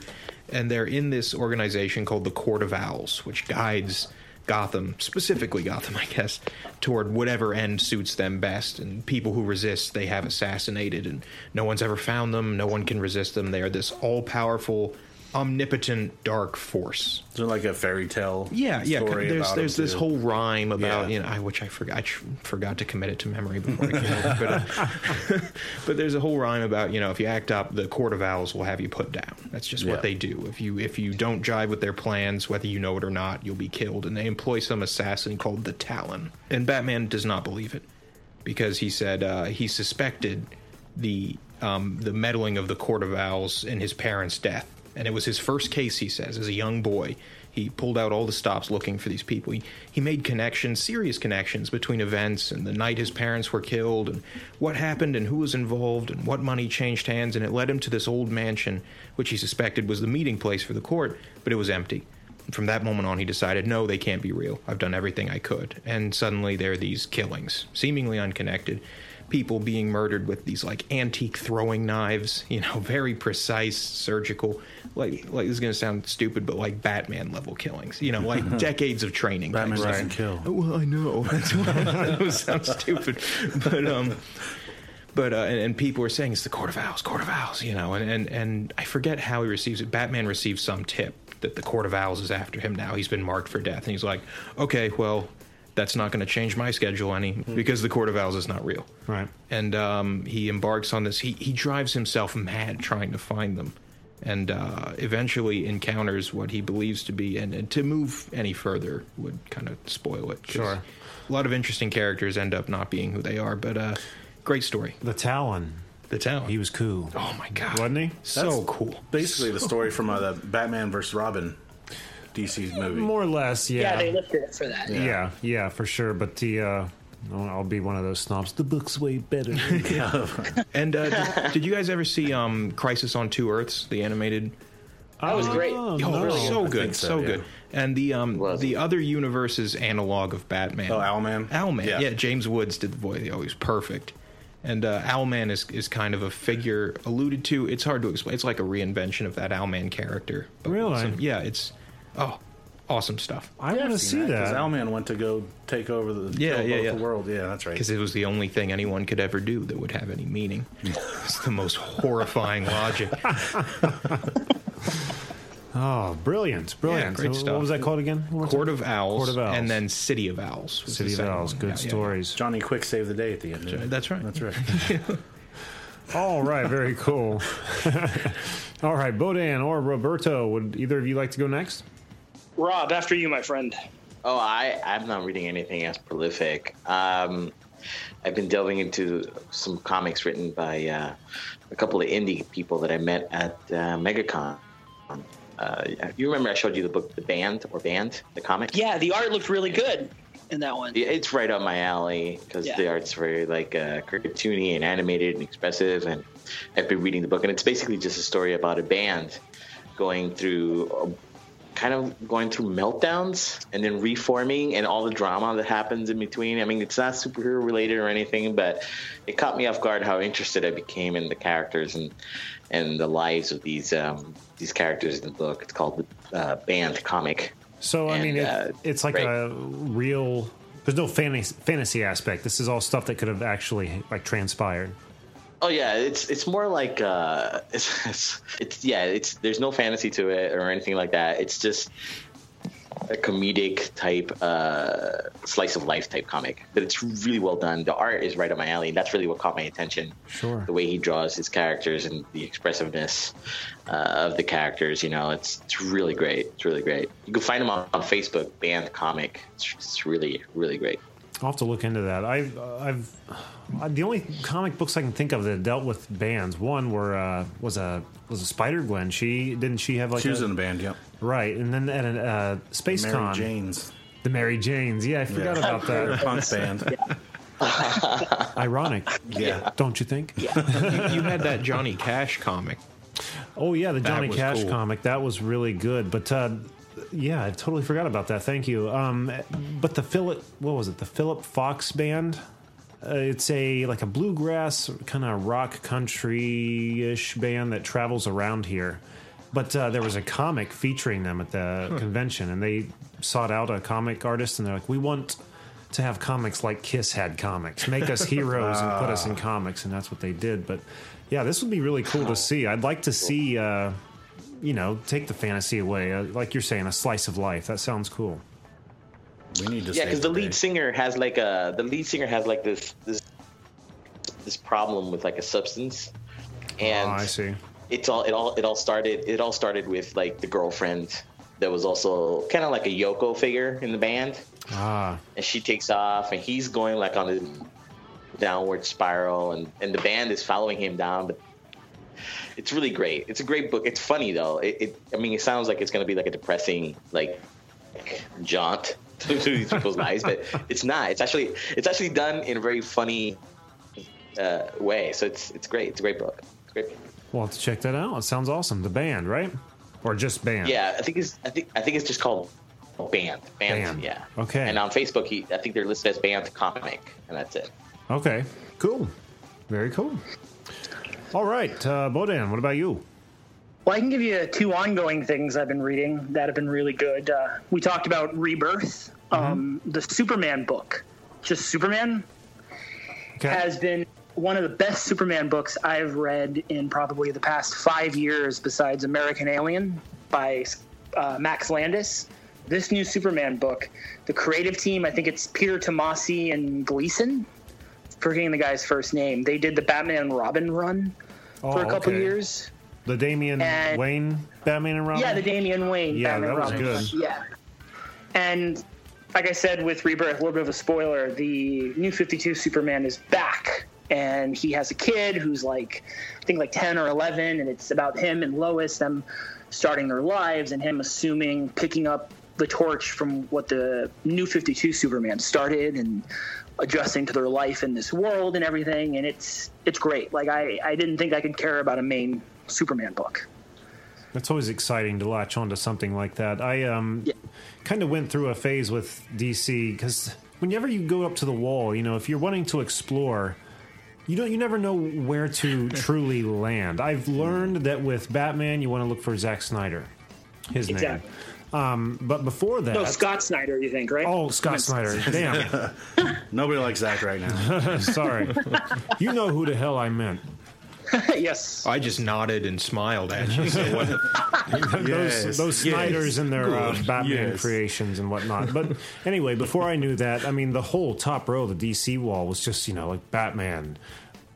E: and they're in this organization called the Court of Owls, which guides. Gotham, specifically Gotham, I guess, toward whatever end suits them best. And people who resist, they have assassinated, and no one's ever found them. No one can resist them. They are this all powerful omnipotent dark force.
D: Is there like a fairy tale?
E: Yeah, yeah.
D: story
E: There's
D: about
E: there's
D: him,
E: this
D: too?
E: whole rhyme about
D: Yeah.
E: you know, I, which I forgot I tr- forgot to commit it to memory before I came over. But, uh, but there's a whole rhyme about you know if you act up, the court of owls will have you put down. That's just
D: Yeah.
E: what they do. If you if you don't jive with their plans, whether you know it or not, you'll be killed. And they employ some assassin called the Talon. And Batman does not believe it because he said uh, he suspected the um, the meddling of the court of owls in his parents' death, and it was his first case. He says, as a young boy, he pulled out all the stops looking for these people. He, he made connections, serious connections between events and the night his parents were killed, and what happened, and who was involved, and what money changed hands, and it led him to this old mansion, which he suspected was the meeting place for the court, but it was empty. From that moment on, he decided, no, they can't be real. I've done everything I could. And suddenly there are these killings, seemingly unconnected. People being murdered with these like antique throwing knives, you know, very precise, surgical. Like, like this is gonna sound stupid, but like Batman level killings, you know, like decades of training. type
D: Batman
E: stuff.
D: doesn't kill.
E: Oh, Well, I know. That's why that sounds stupid, but um, but uh, and, and people are saying it's the Court of Owls, Court of Owls, you know, and and and I forget how he receives it. Batman receives some tip that the Court of Owls is after him now. He's been marked for death, and he's like, okay, well, that's not going to change my schedule any because the Court of Owls is not real
C: Right.
E: and um, he embarks on this. He he drives himself mad trying to find them, and uh, eventually encounters what he believes to be. And, and to move any further would kind of spoil it. 'cause
C: Sure.
E: a lot of interesting characters end up not being who they are, but uh, great story.
C: The Talon.
E: The town.
C: He was cool.
E: oh my god,
C: Wasn't he?
E: So cool.
D: Basically, the story from uh, the Batman versus Robin DC movie.
C: More or less,
G: Yeah,
C: yeah.
G: they lifted it for that.
C: yeah. yeah, for sure. But the, uh, I'll I'll be one of those snobs. The book's way better.
E: And uh, did, did you guys ever see um, Crisis on Two Earths, the animated?
G: That was great.
C: Oh,
E: Oh,
C: no.
E: so
D: think
E: good,
D: so,
E: so,
D: yeah.
E: good. And the um,
H: Was
E: the other universe's analog of Batman.
D: Oh, Owlman?
E: Owlman.
D: Yeah.
E: Yeah. James Woods did the voice. Oh, he was perfect. And uh, Owlman is is kind of a figure alluded to. It's hard to explain. It's like a reinvention of that Owlman character. but with
C: Really?
E: some- yeah. It's oh, awesome stuff.
C: I want to see
D: Because
C: that.
D: Owlman went to go take over the
E: Yeah,
D: kill
E: yeah,
D: both
E: yeah.
D: the world. Yeah, that's right.
E: Because it was the only thing anyone could ever do that would have any meaning. it's the most horrifying logic.
C: oh, brilliant, brilliant.
E: great
C: What-
E: stuff.
C: What was that called again? One more
E: Court
C: time?
E: of Owls,
C: Court of Owls.
E: and then City of Owls. was the
C: City of
E: second
C: Owls.
E: one.
C: Good
E: Yeah, yeah, yeah.
C: stories.
D: Johnny Quick saved the day at the end. didn't he?
E: That's right.
D: That's right.
C: All right, very cool. All right, Bodan or Roberto, would either of you like to go next?
G: Rob, after you, my friend.
H: Oh, I I'm not reading anything as prolific. Um, I've been delving into some comics written by uh, a couple of indie people that I met at uh, MegaCon. Uh, you remember I showed you the book, The Band or Band, the comic?
G: Yeah, the art looked really good in that one.
H: Yeah, it's right up my alley because
G: Yeah.
H: the art's very like uh, cartoony and animated and expressive. And I've been reading the book, and it's basically just a story about a band going through, uh, kind of going through meltdowns and then reforming, and all the drama that happens in between. I mean, it's not superhero related or anything, but it caught me off guard how interested I became in the characters and and the lives of these um, these characters in the book. It's called the uh, Band comic.
C: So I
H: And,
C: mean, it,
H: uh,
C: it's like
H: great.
C: a real. There's no fantasy, fantasy aspect. This is all stuff that could have actually like transpired.
H: Oh yeah, it's it's more like uh, it's, it's it's yeah, it's there's no fantasy to it or anything like that. It's just a comedic type, uh, slice of life type comic. But it's really well done. The art is right up my alley. That's really what caught my attention.
C: Sure.
H: the way he draws his characters and the expressiveness uh, of the characters. You know, it's it's really great. It's really great. You can find him on, on Facebook, Band Comic. It's, it's really really great.
C: I'll have to look into that. I've, I've, I- the only comic books I can think of that dealt with bands. One were uh, was a was a Spider Gwen. She didn't she have like
D: She was
C: a,
D: in the band. Yep.
C: right, and then at a uh, Space
D: Mary
C: Con,
D: Jane's.
C: the Mary Janes. Yeah, I forgot
D: Yeah.
C: about that.
D: Punk band.
C: Ironic,
D: Yeah.
C: don't you think?
E: You, you had that Johnny Cash comic.
C: Oh yeah, the Johnny
E: was
C: Cash
E: cool.
C: comic that was really good. But uh, yeah, I totally forgot about that. Thank you. Um, but the Philip, what was it? The Philip Fox Band. Uh, it's a like a bluegrass kind of rock country ish band that travels around here. But uh, there was a comic featuring them at the convention, and they sought out a comic artist, and they're like, "We want." To have comics like Kiss had comics, make us heroes and put us in comics, and that's what they did. But yeah, this would be really cool to see. I'd like to see uh, you know, take the fantasy away. Uh, like you're saying, a slice of life. That sounds cool.
D: We need to.
H: yeah,
D: save
H: because the lead
D: day.
H: singer has like a the lead singer has like this this this problem with like a substance, and
C: oh, I see.
H: it's all it all it all started it all started with like the girlfriend that was also kind of like a Yoko figure in the band,
C: Ah,
H: and she takes off, and he's going like on this downward spiral, and and the band is following him down, but. It's really great. It's a great book. It's funny though. It, it I mean, it sounds like it's going to be like a depressing like jaunt to these people's lives, but it's not. It's actually it's actually done in a very funny uh, way. So it's it's great. It's a great book. It's a great. Book.
C: we'll have to check that out. It sounds awesome. The band, right? Or just band?
H: Yeah, I think it's I think I think it's just called Band. Band.
C: Band.
H: Yeah.
C: Okay.
H: And on Facebook, he, I think they're listed as Band Comic, and that's it.
C: Okay. Cool. Very cool. All right, uh, Bodan. What about you?
G: Well, I can give you two ongoing things I've been reading that have been really good. Uh, we talked about Rebirth,
C: Mm-hmm.
G: um, the Superman book. Just Superman
C: Okay.
G: has been one of the best Superman books I've read in probably the past five years, besides American Alien by uh, Max Landis. This new Superman book, the creative team, I think it's Peter Tomasi and Gleason, forgetting the guy's first name. They did the Batman and Robin run
C: Oh,
G: for a couple
C: okay.
G: years.
C: The Damian
G: And-
C: Wayne Batman and Robin.
G: Yeah, the Damian Wayne.
C: Yeah,
G: Batman
C: that was
G: Robin.
C: good.
G: Yeah. And like I said with Rebirth, a little bit of a spoiler, the new 52 Superman is back. And he has a kid who's like, I think like 10 or 11. And it's about him and Lois, them starting their lives, and him assuming, picking up the torch from what the new 52 Superman started and adjusting to their life in this world and everything. And it's, it's great. Like, I, I didn't think I could care about a main Superman book.
C: That's always exciting to latch onto something like that. I um,
G: Yeah.
C: kind of went through a phase with DC because whenever you go up to the wall, you know, if you're wanting to explore, you don't, you never know where to truly land. I've learned that with Batman, you want to look for Zack Snyder, his
G: Exactly.
C: name. Um, but before that,
G: No, Oh, Scott Snyder, you think, right?
C: oh, Scott Snyder, damn.
D: Nobody likes Zach right now.
C: Sorry. you know who the hell I meant.
G: yes.
E: I just nodded and smiled at you. So what,
C: those, those
D: yes,
C: Snyders and their uh,
D: good,
C: Batman
D: yes.
C: creations and whatnot. But anyway, before I knew that, I mean, the whole top row of the DC wall was just, you know, like Batman,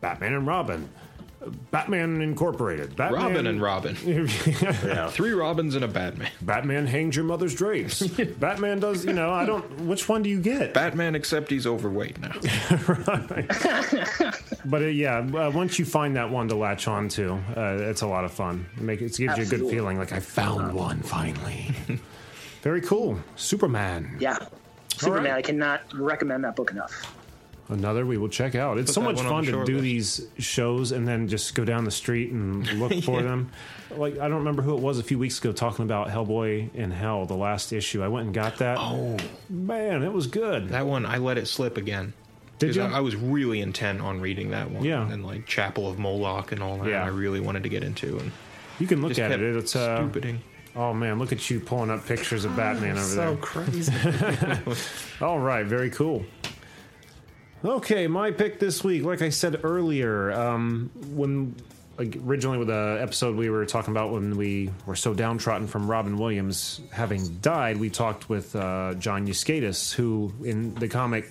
C: Batman and Robin, Batman Incorporated, Batman
E: Robin and Robin.
D: Yeah.
E: Three Robins and a Batman.
C: Batman hangs your mother's drapes. Batman does, you know, I don't. Which one do you get?
E: Batman, except he's overweight now.
C: But uh, yeah, uh, once you find that one to latch on to, uh, it's a lot of fun. It, make, it gives you a good
G: Absolutely.
C: feeling, like I found
E: Uh-huh.
C: one finally. Very cool, Superman.
G: Yeah. Superman,
C: right.
G: I cannot recommend that book enough.
C: Another we will check out. It's so
E: that
C: much
E: one on
C: fun
E: the
C: to
E: short
C: do
E: list.
C: these shows and then just go down the street and look for them. Like I don't remember who it was a few weeks ago talking about Hellboy in Hell, the last issue. I went and got that. Oh man, it was good.
E: That one, I let it slip again.
C: Did
E: 'Cause
C: you?
E: I, I was really intent on reading that one.
C: Yeah.
E: And like Chapel of Moloch and all that.
C: Yeah.
E: I really wanted to get into and
C: you can look
E: just
C: at
E: kept Oh,
C: it. It's uh,
E: stupiding.
C: Oh man, look at you pulling up pictures of Batman over there.
E: crazy.
C: All right, very cool. Okay, my pick this week, like I said earlier, um, when like, originally with the episode we were talking about when we were so downtrodden from Robin Williams having died, we talked with uh, John Euskatis, who in the comic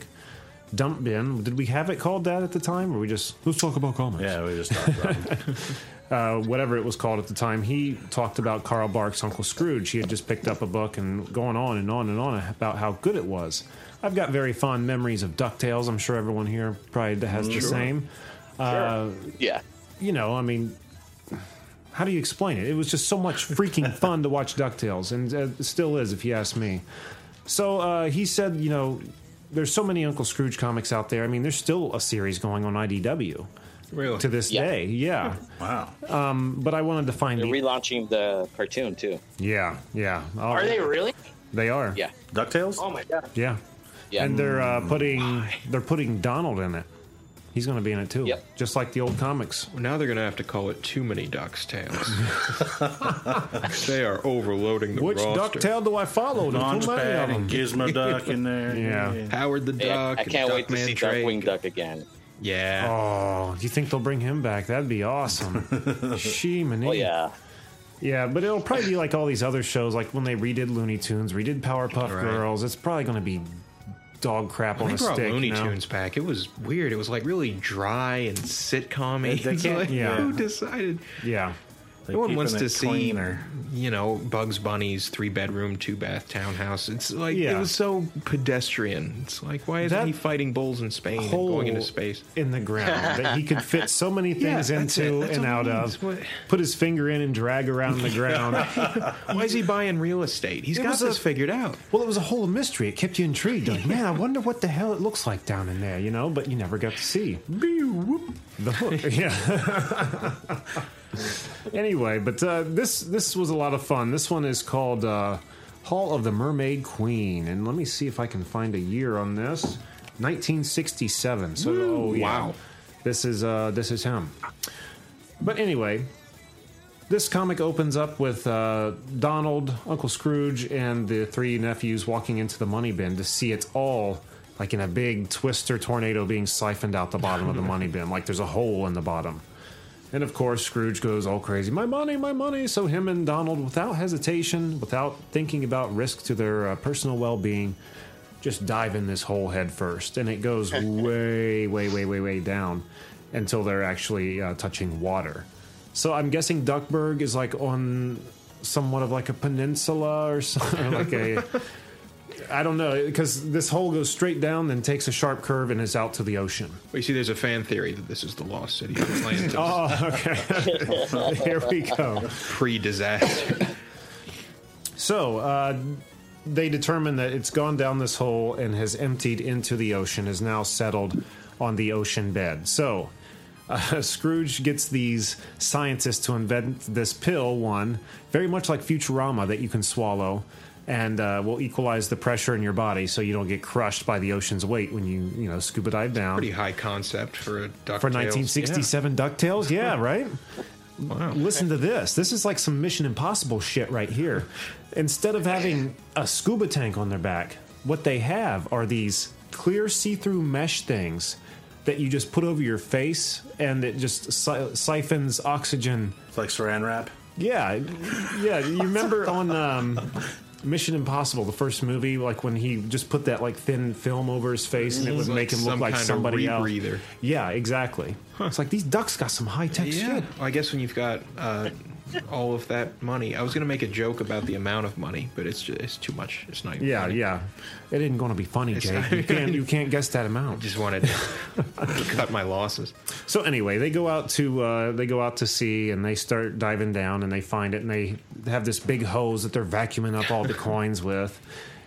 C: Dump Bin, did we have it called that at the time? Or we just, let's talk about comics?
D: Yeah, we just talked about him.
C: uh, whatever it was called at the time, he talked about Carl Barks' Uncle Scrooge. He had just picked up a book and going on and on and on about how good it was. I've got very fond memories of DuckTales. I'm sure everyone here probably has the same.
H: Yeah.
C: You know, I mean, how do you explain it? It was just so much freaking fun to watch DuckTales, and uh, it still is, if you ask me. So uh, he said, you know, there's so many Uncle Scrooge comics out there. I mean, there's still a series going on IDW
E: really?
C: to this
H: Yeah.
C: day. Yeah.
D: Wow.
C: But I wanted to find
H: They're
C: the.
H: relaunching the cartoon too.
C: Yeah, yeah. Oh,
G: Are they really?
C: They are.
H: Yeah.
D: Ducktales.
G: Oh my god.
C: Yeah.
H: Yeah.
C: And they're uh,
E: Hmm.
C: putting they're putting Donald in it. He's going to be in it too.
H: Yep.
C: Just like the old comics.
E: Well, now they're going to have to call it Too Many Ducks Tales. they are overloading the
C: Which
E: roster.
C: ducktail do I follow? There's
D: Launchpad
C: too many of them.
D: and Gizmo Duck in there.
C: Yeah.
E: Howard the
H: Yeah,
E: Duck.
H: I can't wait to
E: Duckman
H: see
E: Drake.
H: Darkwing Duck again. Oh,
E: Yeah.
C: Oh, do you think they'll bring him back? That'd be awesome. she
H: Oh yeah.
C: Yeah, but it'll probably be like all these other shows, like when they redid Looney Tunes, redid Powerpuff
E: Right.
C: Girls. It's probably going to be dog crap on
E: They
C: a
E: brought
C: stick.
E: Looney
C: you know?
E: Tunes back. It was weird. It was like really dry and sitcom.
D: They- they can't-
C: yeah.
E: Who decided?
C: Yeah,
D: They're
E: No one
D: keeping
E: wants
D: it
E: to see,
D: clean or-
E: you know, Bugs Bunny's three bedroom, two bath townhouse. It's like
C: Yeah.
E: it was so pedestrian. It's like why isn't
C: That
E: he fighting bulls in Spain and
C: hole
E: going into space?
C: in the ground that he could fit so many things
E: that's
C: into
E: it. That's
C: and
E: all
C: out
E: it is.
C: of.
E: What-
C: Put his finger in and drag around the ground.
E: Why is he buying real estate? He's
C: It
E: got
C: was
E: this
C: a-
E: figured out.
C: Well, it was a whole mystery. It kept you intrigued. Like, man, I wonder what the hell it looks like down in there, you know? But you never got to see. Beow, whoop. The hook. Yeah. anyway, but uh, this this was a lot of fun. This one is called uh, Hall of the Mermaid Queen. And let me see if I can find a year on this 1967. So, oh, yeah.
E: wow.
C: This is, uh, this is him. But anyway, this comic opens up with uh, Donald, Uncle Scrooge, and the three nephews walking into the money bin to see it all like in a big twister tornado being siphoned out the bottom of the money bin, like there's a hole in the bottom. And of course, Scrooge goes all crazy, my money, my money. So, him and Donald, without hesitation, without thinking about risk to their uh, personal well being, just dive in this hole head first. And it goes way, way, way, way, way down until they're actually uh, touching water. So, I'm guessing Duckburg is like on somewhat of like a peninsula or something, like a. I don't know, because this hole goes straight down, then takes a sharp curve and is out to the ocean.
E: Well, you see, there's a fan theory that this is the lost city of Atlantis
C: Oh, okay. Here we go.
E: pre-disaster.
C: So uh, they determine that it's gone down this hole and has emptied into the ocean, is now settled on the ocean bed. So uh, Scrooge gets these scientists to invent this pill, one very much like Futurama that you can swallow. And uh, will equalize the pressure in your body, so you don't get crushed by the ocean's weight when you, you know, scuba dive down.
E: Pretty high concept for a duck
C: For 1967 DuckTales? Yeah, right? Listen to this. This is like some Mission Impossible shit right here. Instead of having a scuba tank on their back, what they have are these clear see through mesh things that you just put over your face and it just si- siphons oxygen.
D: It's like saran wrap.
C: Yeah, yeah. You remember on um, Mission Impossible, the first movie, like when he just put that like thin film over his face and it would
E: Mm-hmm. Like
C: make him look
E: some
C: like
E: kind of
C: somebody else.
E: rebreather.
C: Yeah, exactly. It's like these ducks got some high tech
E: Yeah,
C: shit.
E: I guess when you've got uh, all of that money, I was gonna make a joke about the amount of money, but it's just, it's too much. It's not. Even
C: Yeah,
E: funny.
C: yeah. It isn't going to be funny, Jake.
E: not-
C: You can't, you can't guess that amount.
E: Just wanted to cut my losses.
C: So anyway, they go out to uh, they go out to sea and they start diving down and they find it and they have this big hose that they're vacuuming up all the coins with.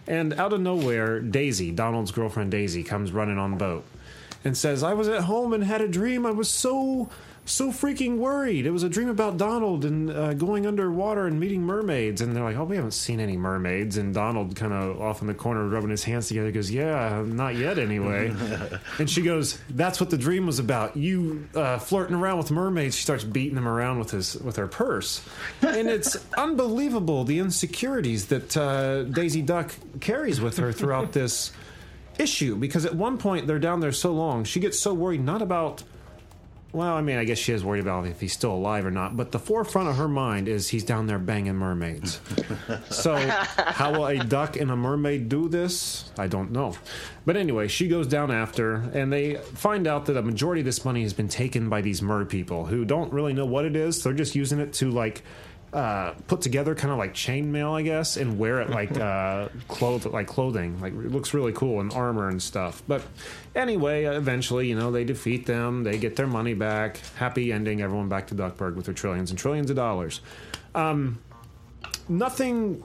C: And out of nowhere, Daisy, Donald's girlfriend Daisy, comes running on the boat and says, "I was at home and had a dream. I was so so freaking worried. It was a dream about Donald and uh, going underwater and meeting mermaids." And they're like, "Oh, we haven't seen any mermaids." And Donald, kind of off in the corner, rubbing his hands together, goes, "Yeah, not yet, anyway." and she goes, "That's what the dream was about. You uh, flirting around with mermaids." She starts beating him around with his with her purse, and it's unbelievable the insecurities that uh, Daisy Duck carries with her throughout this issue because at one point they're down there so long, she gets so worried not about. Well, I mean, I guess she is worried about if he's still alive or not, but the forefront of her mind is he's down there banging mermaids. so, how will a duck and a mermaid do this? I don't know. But anyway, she goes down after, and they find out that a majority of this money has been taken by these mer people who don't really know what it is. They're just using it to, like, uh, put together kind of like chainmail, I guess, and wear it like uh, cloth, like clothing. Like it looks really cool and armor and stuff. But anyway, uh, eventually, you know, they defeat them. They get their money back. Happy ending. Everyone back to Duckburg with their trillions and trillions of dollars. Um, nothing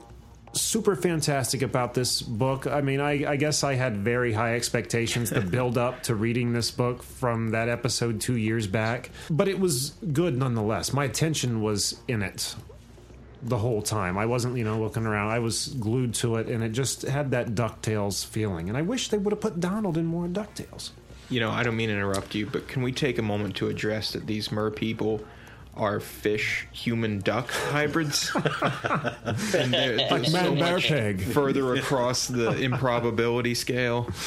C: super fantastic about this book. I mean, I, I guess I had very high expectations the build up to reading this book from that episode two years back, but it was good nonetheless. My attention was in it the whole time. I wasn't, you know, looking around. I was glued to it, and it just had that Ducktales feeling. And I wish they would have put Donald in more Ducktales.
E: You know, I don't mean to interrupt you, but can we take a moment to address that these mer people are fish human duck hybrids? and they're, they're so much
C: Pig.
E: further across the improbability scale.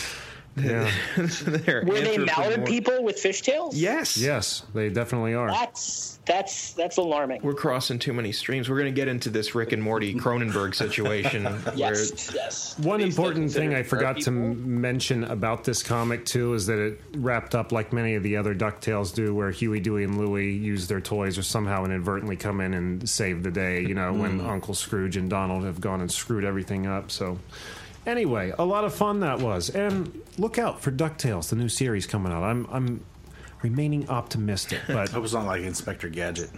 C: Yeah.
E: They're
G: Were they mounted
E: anthropomorph-
G: people with fishtails?
E: Yes.
C: Yes, they definitely are.
G: That's that's that's alarming.
E: We're crossing too many streams. We're going to get into this Rick and Morty Cronenberg situation. where
G: yes, yes.
C: One
H: they still
C: important thing
H: consider
C: I
H: our
C: forgot to
H: people?
C: m- mention about this comic too is that it wrapped up like many of the other Ducktales do, where Huey, Dewey, and Louie use their toys or somehow inadvertently come in and save the day. You know, when Uncle Scrooge and Donald have gone and screwed everything up. So, anyway, a lot of fun that was, and look out for Ducktales, the new series coming out. I'm I'm remaining optimistic, but
D: I hope it's not like Inspector Gadget.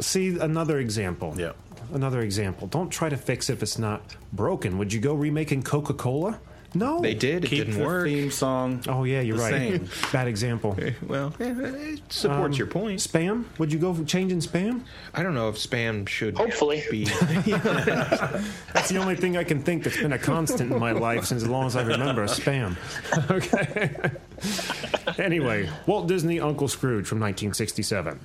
C: see another example.
D: Yeah.
C: Another example. Don't try to fix if it's not broken. Would you go remaking Coca Cola? No.
E: they did. It
D: Keep
E: didn't
D: the
E: work.
D: theme song.
C: Oh yeah, you're
D: the
C: right.
D: same.
C: Bad example.
E: Well, yeah, it
D: Um,
E: supports your point.
C: Spam? Would you go for changing spam?
E: I don't know if spam should
G: Hopefully.
E: be.
C: That's the only thing I can think that's been a constant in my life since as long as I remember. Spam. Okay. anyway, Walt Disney Uncle Scrooge from 1967.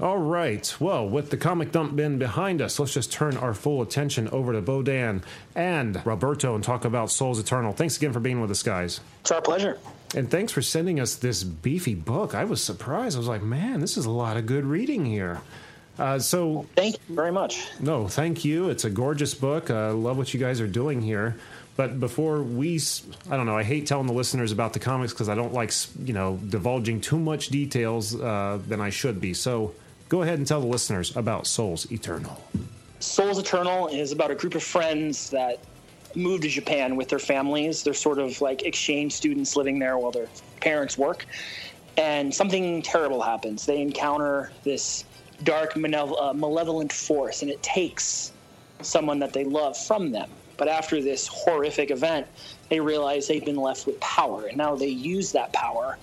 C: All right. Well, with the comic dump bin behind us, let's just turn our full attention over to Bodan and Roberto and talk about Souls Eternal. Thanks again for being with us, guys.
G: It's our pleasure.
C: And thanks for sending us this beefy book. I was surprised. I was like, man, this is a lot of good reading here. Uh, so,
G: Thank you very much.
C: no, thank you. It's a gorgeous book. I love what you guys are doing here. But before we, s- I don't know, I hate telling the listeners about the comics because I don't like, s- you know, divulging too much details uh, than I should be. So go ahead and tell the listeners about Souls Eternal.
G: Souls Eternal is about a group of friends that moved to Japan with their families. They're sort of like exchange students living there while their parents work. And something terrible happens. They encounter this dark, malev- uh, malevolent force, and it takes someone that they love from them. But after this horrific event, they realize they've been left with power, and now they use that power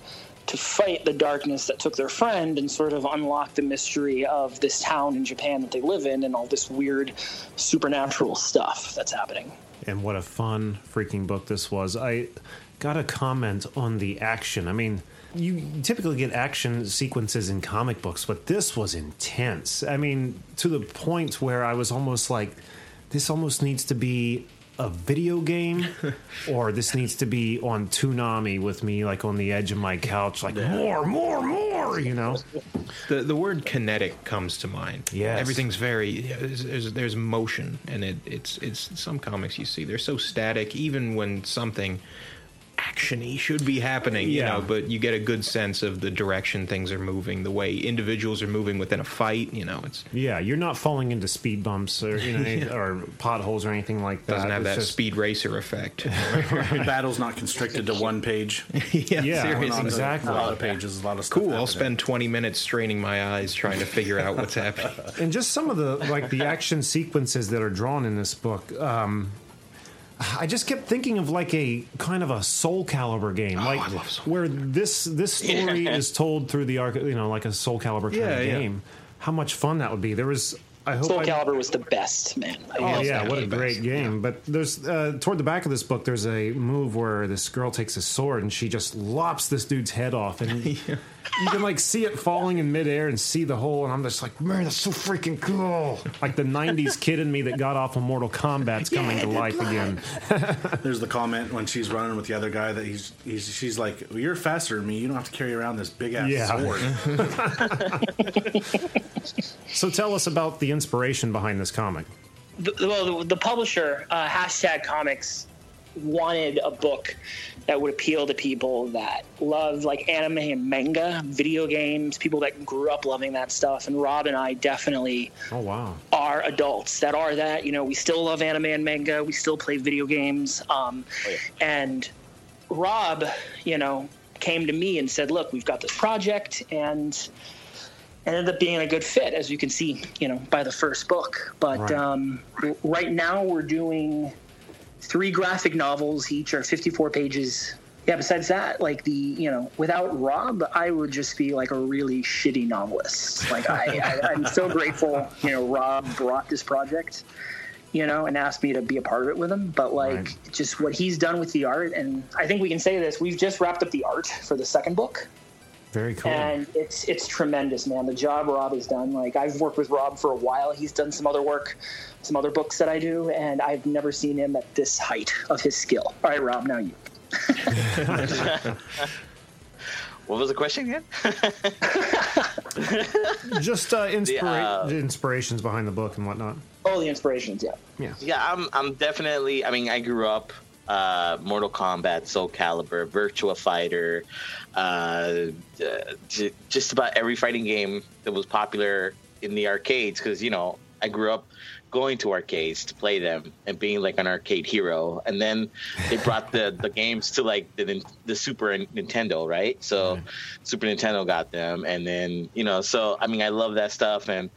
G: to fight the darkness that took their friend and sort of unlock the mystery of this town in Japan that they live in and all this weird supernatural stuff that's happening.
C: and what a fun freaking book this was. I got a comment on the action. I mean, you typically get action sequences in comic books, but this was intense. I mean, to the point where I was almost like, this almost needs to be a video game, or this needs to be on Toonami with me, like on the edge of my couch, like more, more, more, you know?
E: The, the word kinetic comes to mind.
C: Yes.
E: Everything's very there's, there's, there's motion, and it, it's it's some comics you see they're so static even when something actiony should be happening, you
C: Yeah.
E: know. But you get a good sense of the direction things are moving, the way individuals are moving within a fight. You know, it's
C: Yeah, you're not falling into speed bumps or, you know, or potholes or anything like that.
E: doesn't have
C: It's
E: that
C: just-
E: speed racer effect.
D: Battle's not constricted to one page.
C: Yeah,
D: Went on to
C: exactly.
D: A lot of pages, a lot of stuff.
E: Cool. I'll
D: happening.
E: spend 20 minutes straining my eyes trying to figure out what's happening.
C: and just some of the like the action sequences that are drawn in this book um I just kept thinking of like a kind of a Soul Caliber game, like
E: Oh, I love Soul
C: where this this story is told through the arc, you know, like a Soul Caliber kind
E: Yeah,
C: of
E: yeah.
C: game. How much fun that would be! There was, I hope,
G: Soul
C: I-
G: Calibur was the best, man. I-
C: Oh
E: Hands
C: yeah,
E: down
C: what a
E: the best.
C: great game! But there's uh, toward the back of this book, there's a move where this girl takes a sword and she just lops this dude's head off, and you can like see it falling in midair and see the hole. And I'm just like, man, that's so freaking cool! Like the '90s kid in me that got off of Mortal Kombat's coming to life again.
D: There's the comment when she's running with the other guy that he's, he's she's like, well, "You're faster than me. You don't have to carry around this big ass
C: Yeah.
D: sword." Oh,
C: So tell us about the inspiration behind this comic.
G: the, well, the, the publisher, uh, hashtag comics, wanted a book that would appeal to people that love like anime and manga, video games, people that grew up loving that stuff. And Rob and I definitely
C: Oh wow,
G: are adults that are that you know we still love anime and manga we still play video games um, and rob you know came to me and said look we've got this project and it ended up being a good fit as you can see you know by the first book but
C: Right.
G: um, w- right now we're doing three graphic novels each are 54 pages yeah besides that like the you know without rob i would just be like a really shitty novelist like I, I i'm so grateful you know rob brought this project you know and asked me to be a part of it with him but like
C: Right.
G: just what he's done with the art and i think we can say this we've just wrapped up the art for the second book
C: very cool.
G: and it's it's tremendous, man. The job Rob has done. Like I've worked with Rob for a while. He's done some other work, some other books that I do, and I've never seen him at this height of his skill. All right, Rob, now you.
H: What was the question again?
C: Just uh, inspira-
H: uh,
C: the inspirations behind the book and whatnot.
G: All the inspirations, yeah.
C: Yeah.
H: yeah, I'm I'm definitely. I mean, I grew up uh, Mortal Kombat, Soul Calibur, Virtua Fighter, uh, j- just about every fighting game that was popular in the arcades. Because you know, I grew up going to arcades to play them and being like an arcade hero. And then they brought the the games to like the Nin- the Super Nintendo, right? So Super Nintendo got them, and then you know, so I mean, I love that stuff and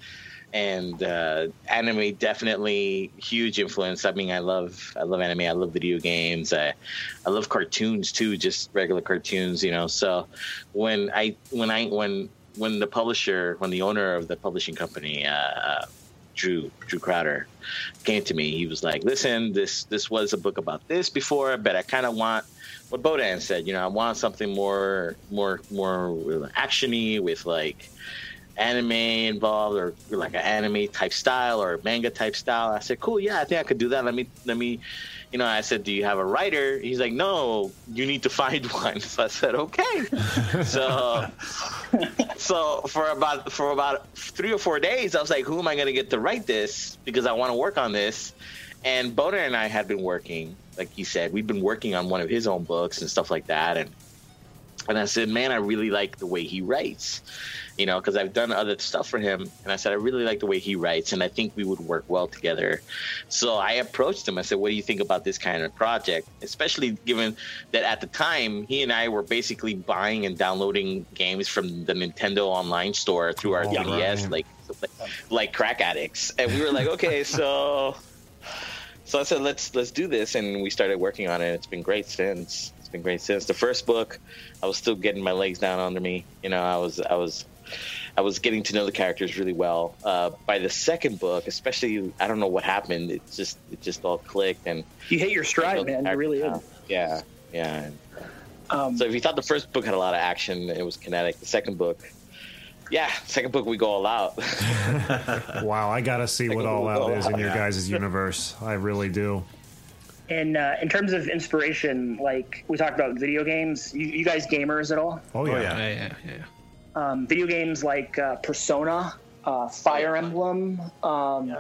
H: and uh, anime definitely huge influence. I mean, I love I love anime. I love video games. I I love cartoons too, just regular cartoons, you know. So when I when I when when the publisher when the owner of the publishing company uh, Drew Drew Crowder came to me, he was like, "Listen, this this was a book about this before, but I kind of want." What Bodan said, you know, I want something more, more, more uh, actiony with like anime involved or like an anime type style or manga type style. I said, cool, yeah, I think I could do that. Let me, let me, you know, I said, do you have a writer? He's like, no, you need to find one. So I said, okay. so, so for about, for about three or four days, I was like, who am I going to get to write this? Because I want to work on this. And Boner and I had been working, like he said, we've been working on one of his own books and stuff like that. And, and I said, man, I really like the way he writes, you know, because I've done other stuff for him. And I said, I really like the way he writes, and I think we would work well together. So I approached him. I said, what do you think about this kind of project? Especially given that at the time, he and I were basically buying and downloading games from the Nintendo online store through our
C: Oh, right.
H: DDS, like, like crack addicts. And we were like, okay, so so I said, let's let's do this, and we started working on it. It's been great since. It's been great since the first book. I was still getting my legs down under me. You know, I was I was I was getting to know the characters really well. Uh, by the second book, especially, I don't know what happened. It just it just all clicked, and
G: You hit your stride, man. You really did.
H: yeah, yeah.
G: Um,
H: So if you thought the first book had a lot of action, it was kinetic. The second book, yeah, second book we go all out.
C: Wow, I gotta see what all
H: All
C: out is in
H: Out,
C: your
H: yeah.
C: guys' universe. I really do.
G: and uh, in terms of inspiration, like we talked about video games, you, you guys gamers at all?
C: Oh yeah.
D: yeah.
E: Yeah, yeah, yeah.
G: um, video games like uh, Persona, uh, Fire Emblem. Um,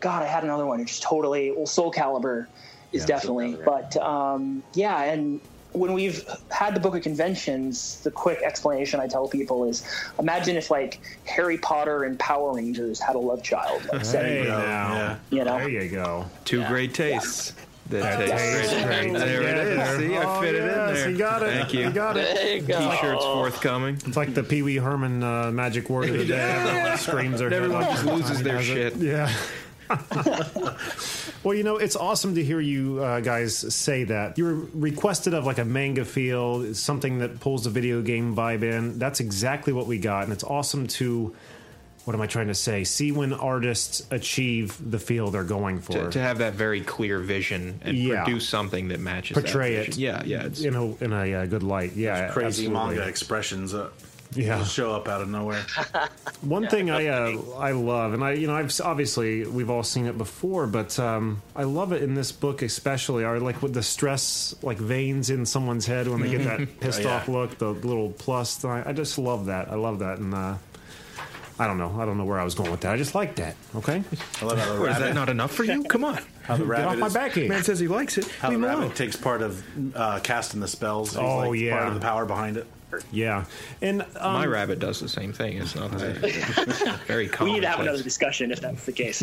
G: God, I had another one. It just totally. Well, Soul Calibur is definitely. But um, yeah, and when we've had the book of conventions, the quick explanation I tell people is: imagine if like Harry Potter and Power Rangers had a love child. Like,
C: Hey,
G: setting,
C: now.
D: yeah.
G: you know,
C: There you go.
E: Two great tastes. That
C: Tastes
E: tastes great.
C: great
E: There it
C: together.
E: is. See,
C: Oh,
E: I fit it in
C: yes,
E: there.
C: you got it.
E: Thank you.
C: You got it. Oh.
H: there you go.
E: T-shirts forthcoming.
C: It's like the Pee Wee Herman uh, magic word of the day. Everyone screams their head
E: Everyone
C: off
E: just
C: every
E: loses
C: time he
E: their
C: does it.
E: shit.
C: Yeah. well, you know, it's awesome to hear you uh, guys say that. You were requested of like a manga feel, something that pulls the video game vibe in. That's exactly what we got, and it's awesome to. What am I trying to say? See when artists achieve the feel they're going for.
E: To, to have that very clear vision and
C: Yeah.
E: produce something that matches.
C: Portray
E: that
C: it.
E: vision. Yeah, yeah. It's,
C: in a in a uh, good light. Yeah,
D: Crazy
C: absolutely.
D: manga expressions that
C: Yeah.
D: show up out of nowhere.
C: One thing I uh, I love, and I you know I've s- obviously we've all seen it before, but um, I love it in this book especially. Are like with the stress like veins in someone's head when they get that pissed
D: yeah.
C: off look, the little plus. thing. I just love that. I love that, and uh, I don't know. I don't know where I was going with that. I just like that. Okay,
D: I love how the
E: What, is
D: rabbit,
E: that not enough for you? Come on.
D: how the
C: get
D: rabbit
C: off my
D: is-
C: back
E: Man
C: here.
E: says he likes it.
D: How
E: Leave
D: the
E: him
D: rabbit
E: alone.
D: takes part of uh, casting the spells. He's
C: Oh,
D: like
C: yeah.
D: part of the power behind it.
C: Yeah, and um,
E: My rabbit does the same thing. It's not that very common.
G: we need to have another discussion if that's the case.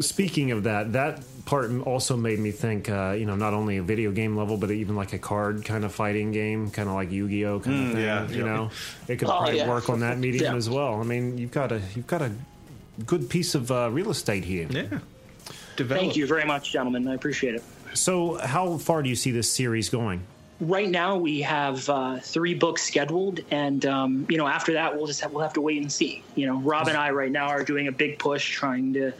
C: speaking of that, that part also made me think, uh, you know, not only a video game level, but even like a card kind of fighting game, kind of like Yu-Gi-Oh kind of thing.
D: Mm, yeah,
C: you
D: yeah.
C: know, it could
H: Oh,
C: probably
H: yeah.
C: work on that medium
G: Yeah.
C: as well. I mean, you've got a you've got a good piece of uh, real estate here.
E: Yeah. Develop.
G: Thank you very much, gentlemen. I appreciate it.
C: So, how far do you see this series going?
G: right now we have uh, three books scheduled, and um, you know after that we'll just have, we'll have to wait and see. You know, Rob and I right now are doing a big push trying to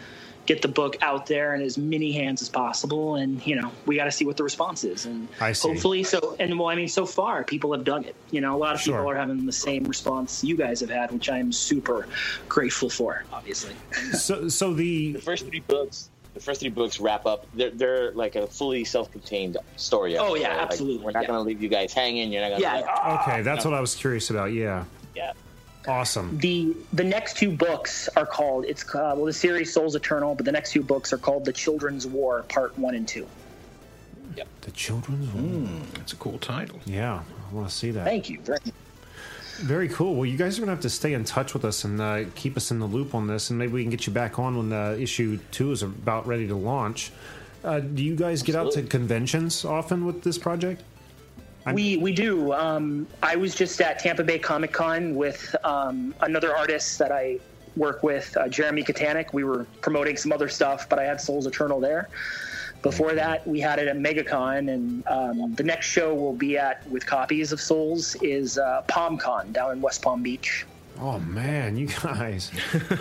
G: get the book out there in as many hands as possible, and you know we got to see what the response is, and
C: I see.
G: hopefully so. And well, I mean, so far people have dug it. You know, a lot of
C: Sure.
G: people are having the same response you guys have had, which I am super grateful for. Obviously,
C: So, so the
H: The first three books. the first three books wrap up. They're they're like a fully self-contained story.
G: Oh,
H: episode.
G: yeah,
H: Like,
G: absolutely,
H: we're not
G: yeah.
H: going to leave you guys hanging. You're not going to.
G: Yeah,
C: Okay, that's what I was curious about. Yeah.
G: Yeah.
C: Awesome.
G: the the next two books are called it's uh, well the series Souls Eternal, but the next two books are called The Children's War Part One and Two.
C: The children's.
D: Mm.
E: That's a cool title.
C: Yeah, I want to see that.
G: Thank you. very-
C: Very cool. Well, you guys are going to have to stay in touch with us and uh, keep us in the loop on this, and maybe we can get you back on when uh, issue two is about ready to launch. Uh, do you guys get out to conventions often with this project?
G: We we do. Um, I was just at Tampa Bay Comic Con with um, another artist that I work with, uh, Jeremy Katanik. We were promoting some other stuff, but I had Souls Eternal there. Before that, we had it at MegaCon, and um, the next show we'll be at with copies of Souls is uh, PalmCon down in West Palm Beach.
C: Oh man, you guys!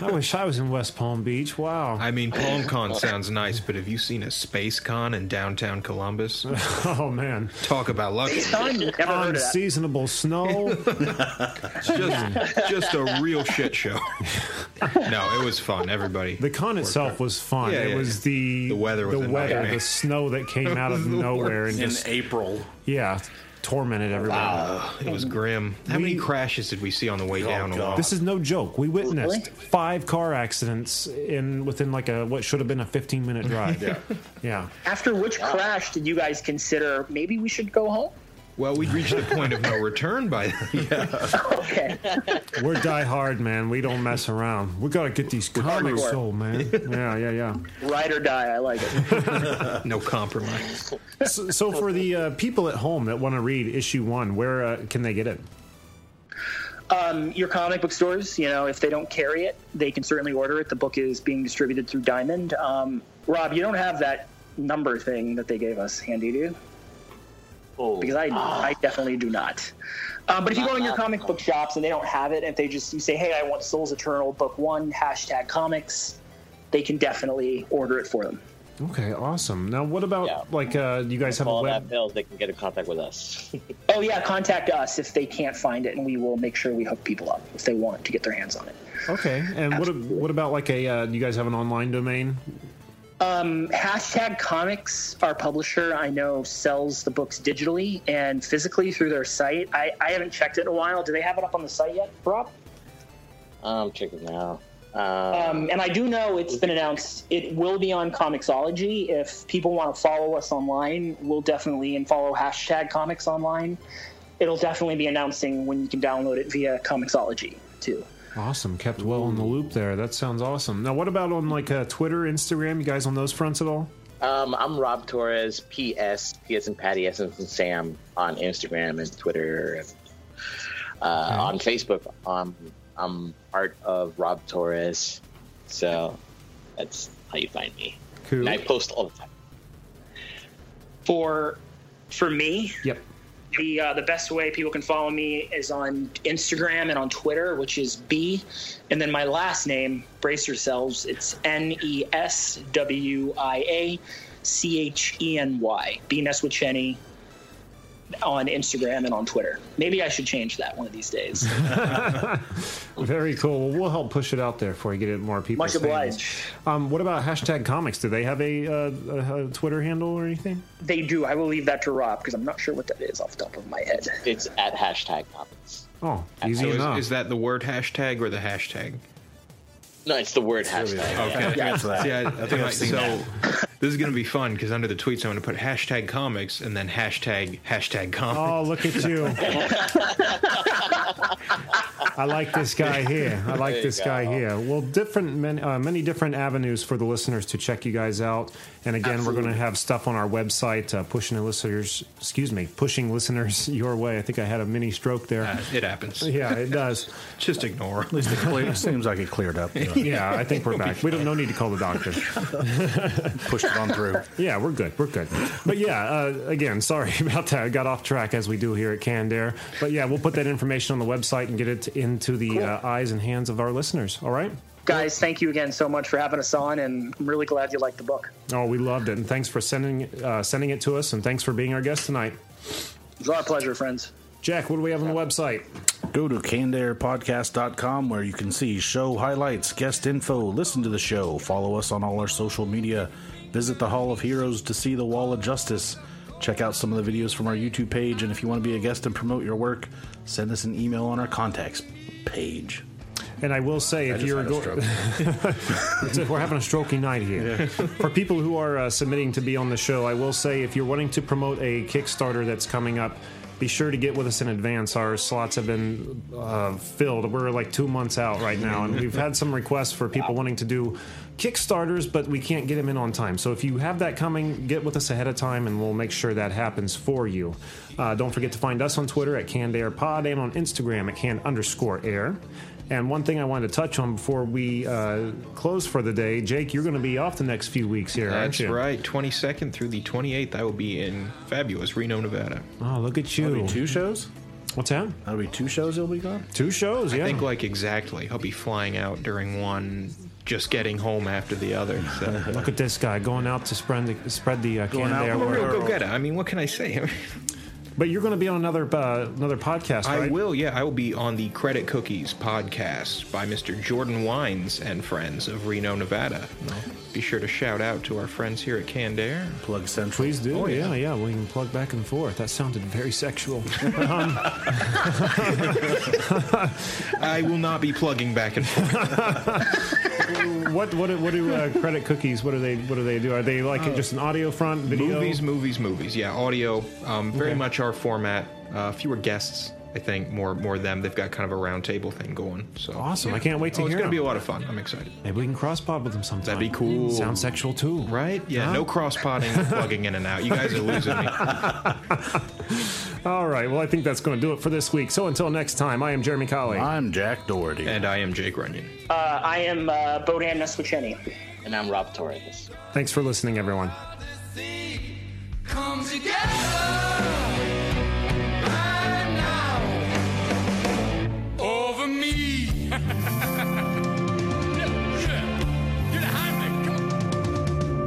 C: I wish I was in West Palm Beach. Wow.
E: I mean, PalmCon sounds nice, but have you seen a space con in downtown Columbus?
C: oh man,
E: Talk about luck.
G: Done. Never heard of that.
C: unseasonable snow.
E: just, just a real shit show. no, it was fun. Everybody.
C: The con itself was fun.
E: Yeah,
C: it
E: yeah,
C: was
E: yeah.
C: the
E: The weather was
C: the
E: a
C: weather,
E: nightmare.
C: the snow that came out of
E: was the
C: nowhere, and
E: worst.
D: in
C: just
D: April.
C: yeah, tormented everybody.
E: It was grim. How many
C: We-
E: crashes did we see on the way down?
D: God.
E: along?
C: This is no joke. We witnessed
G: Really?
C: five car accidents in within like a what should have been a 15 minute drive. yeah. Yeah.
G: After which crash did you guys consider maybe we should go home?
E: Well, we'd reached the point of no return by then.
G: Okay.
C: We're die hard, man. We don't mess around. We got to get these comics
G: hardcore.
C: sold, man. Yeah, yeah, yeah.
G: Ride or die. I like it.
E: No compromise.
C: So, so for the uh, people at home that want to read issue 1, where uh, can they get it?
G: Your comic book stores, you know, if they don't carry it, they can certainly order it. The book is being distributed through Diamond. Um, Rob, you don't have that number thing that they gave us handy, do you?
H: Oh,
G: Because I, I definitely do not. Um, but if you go in your comic book shops and they don't have it, if they just you say, "Hey, I want Souls Eternal Book One hashtag comics," they can definitely order it for them.
C: Okay, awesome. Now, what about
H: Yeah.
C: like uh, you guys have a
H: call
C: web
H: that bill. They can get in contact with us.
G: Oh yeah, contact us if they can't find it, and we will make sure we hook people up if they want to get their hands on it.
C: Okay, and what ab- what about like a? Uh, do you guys have an online domain?
G: Hashtag Comics, our publisher, I know sells the books digitally and physically through their site. I, I haven't checked it in a while. Do they have it up on the site yet, Rob?
H: I'm checking now. Um,
G: Um, and I do know it's been announced it will be on Comixology. If people want to follow us online, we'll definitely and follow hashtag Comics online. It'll definitely be announcing when you can download it via Comixology too.
C: Awesome, kept well in the loop there. That sounds awesome. Now, what about on like uh, Twitter, Instagram? You guys on those fronts at all?
H: Um, I'm Rob Torres, PS, PS and Patty S and Sam on Instagram and Twitter, and, uh, on Facebook. Um, I'm Art of Rob Torres, so that's how you find me.
C: Cool.
H: And I post all the time.
G: For for me,
C: Yep.
G: the uh, the best way people can follow me is on Instagram and on Twitter, which is B, and then my last name. Brace yourselves. It's N E S W I A C H E N Y. B Neswicheni on Instagram and on Twitter. Maybe I should change that one of these days.
C: Very cool. Well, we'll help push it out there for you get it more people.
G: Much obliged.
C: Um, what about hashtag comics? Do they have a, uh, a, a Twitter handle or anything?
G: They do. I will leave that to Rob because I'm not sure what that is off the top of my head.
H: It's at hashtag comments.
C: Oh, easy
E: So
C: enough.
E: is, is that the word hashtag or the hashtag?
H: No, it's the word hashtag.
E: Okay.
D: Answer that.
E: See, I, I think I,
D: I've seen
E: so. This is going to be fun because under the tweets, I'm going to put hashtag comics and then hashtag hashtag comics.
C: Oh, look at you. I like this guy here. I like
H: There you
C: this guy
H: go.
C: here. Well, different many, uh, many different avenues for the listeners to check you guys out. And again, we're going to have stuff on our website uh, pushing the listeners, excuse me, pushing listeners your way. I think I had a mini stroke there.
E: Uh, it happens.
C: yeah, it does.
E: Just ignore. 'em.
D: At least it clear, seems like it cleared up. You know,
C: Yeah, I think we're back. We don't no need to call the doctor.
D: pushed it on through.
C: Yeah, we're good. We're good. But yeah, uh, again, sorry about that. I got off track as we do here at Candare. But yeah, we'll put that information on the website and get it into the uh, eyes and hands of our listeners. All right.
G: Guys, thank you again so much for having us on, and I'm really glad you liked the book.
C: Oh, we loved it, and thanks for sending uh, sending it to us, and thanks for being our guest tonight.
G: It was our pleasure, friends.
C: Jack, what do we have on the website?
D: Go to candairpodcast.com where you can see show highlights, guest info, listen to the show, follow us on all our social media, visit the Hall of Heroes to see the Wall of Justice, check out some of the videos from our YouTube page, and if you want to be a guest and promote your work, send us an email on our contacts page.
C: And I will say, if
D: just
C: you're
D: had a
C: go-
D: stroke.
C: That's it. We're having a strokey night here. For people who are uh, submitting to be on the show, I will say if you're wanting to promote a Kickstarter that's coming up, be sure to get with us in advance. Our slots have been uh, filled. We're like two months out right now, and we've had some requests for people wanting to do Kickstarters, but we can't get them in on time. So if you have that coming, get with us ahead of time, and we'll make sure that happens for you. Uh, don't forget to find us on Twitter at CandairPod and on Instagram at Can underscore Air. And one thing I wanted to touch on before we uh, close for the day, Jake, you're going to be off the next few weeks here, aren't
E: That's
C: you?
E: right. 22nd through the 28th, I will be in fabulous Reno, Nevada.
C: Oh, look at you.
D: Two shows?
C: What's that?
D: That'll be two shows you'll be gone?
C: Two shows, yeah.
E: I think like exactly. I'll be flying out during one, just getting home after the other. So.
C: look at this guy going out to spread the, spread the uh,
D: Going
C: can
D: out
C: there.
D: in the
E: I'm a real
D: world.
E: go getter. I mean, what can I say?
C: But you're going to be on another uh, another podcast, right?
E: I will, yeah. I will be on the Credit Cookies podcast by Mr. Jordan Wines and friends of Reno, Nevada. And I'll be sure to shout out to our friends here at Candair.
D: Plug Central.
C: Please do.
E: Oh,
C: yeah.
E: yeah.
C: yeah, We can plug back and forth. That sounded very sexual. um,
E: I will not be plugging back and forth.
C: what what do- what do uh, credit cookies? What do they what do they do? Are they like just an audio front video?
E: Uh, movies, movies, movies. Yeah, audio. Um, very
C: Okay.
E: much our format. Uh, fewer guests, I think. More, more them. They've got kind of a round table thing going. So
C: Awesome. I can't wait to
E: oh, It's
C: hear
E: gonna be a
C: them.
E: lot of fun. I'm excited.
C: Maybe we can cross pod with them sometime.
E: That'd be cool.
C: Sounds sexual too,
E: Right? Yeah.
C: Huh?
E: No cross potting, plugging in and out. You guys are losing me.
C: All right. Well, I think that's going to do it for this week. So until next time, I am Jeremy Colley.
D: I'm Jack Doherty.
E: And I am Jake Runyon.
G: Uh, I am uh, Bodan Neswicheni.
H: And I'm Rob Torres.
C: Thanks for listening, everyone.
I: Come together right now over me. Yeah, yeah. Get behind me. Come on.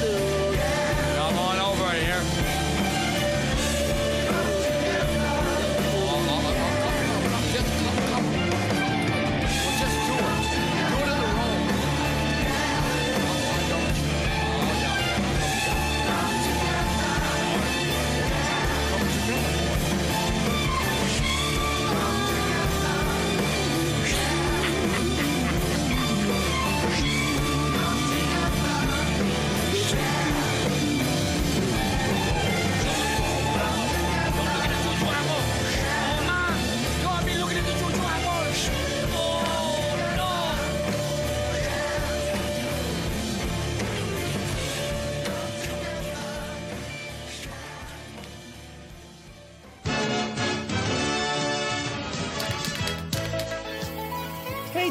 J: Come on over here. Just do it. Do it in the room.
C: Hey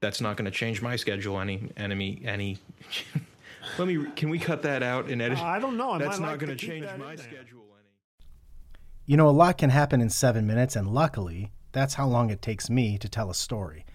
E: That's not going to change my schedule. Any enemy, any. Let me. Can we cut that out and edit?
C: Oh, I don't know. I
E: That's
C: might
E: not
C: like
E: going to
C: to keep
E: change
C: that in
E: my
C: there.
E: schedule. Any.
K: You know, a lot can happen in seven minutes, and luckily, that's how long it takes me to tell a story.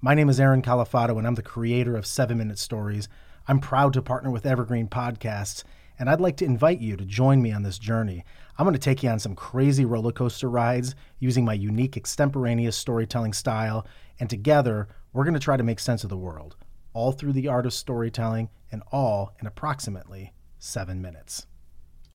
K: My name is Aaron Califato, and I'm the creator of Seven Minute Stories. I'm proud to partner with Evergreen Podcasts, and I'd like to invite you to join me on this journey. I'm going to take you on some crazy roller coaster rides using my unique extemporaneous storytelling style, and together, we're going to try to make sense of the world, all through the art of storytelling, and all in approximately seven minutes.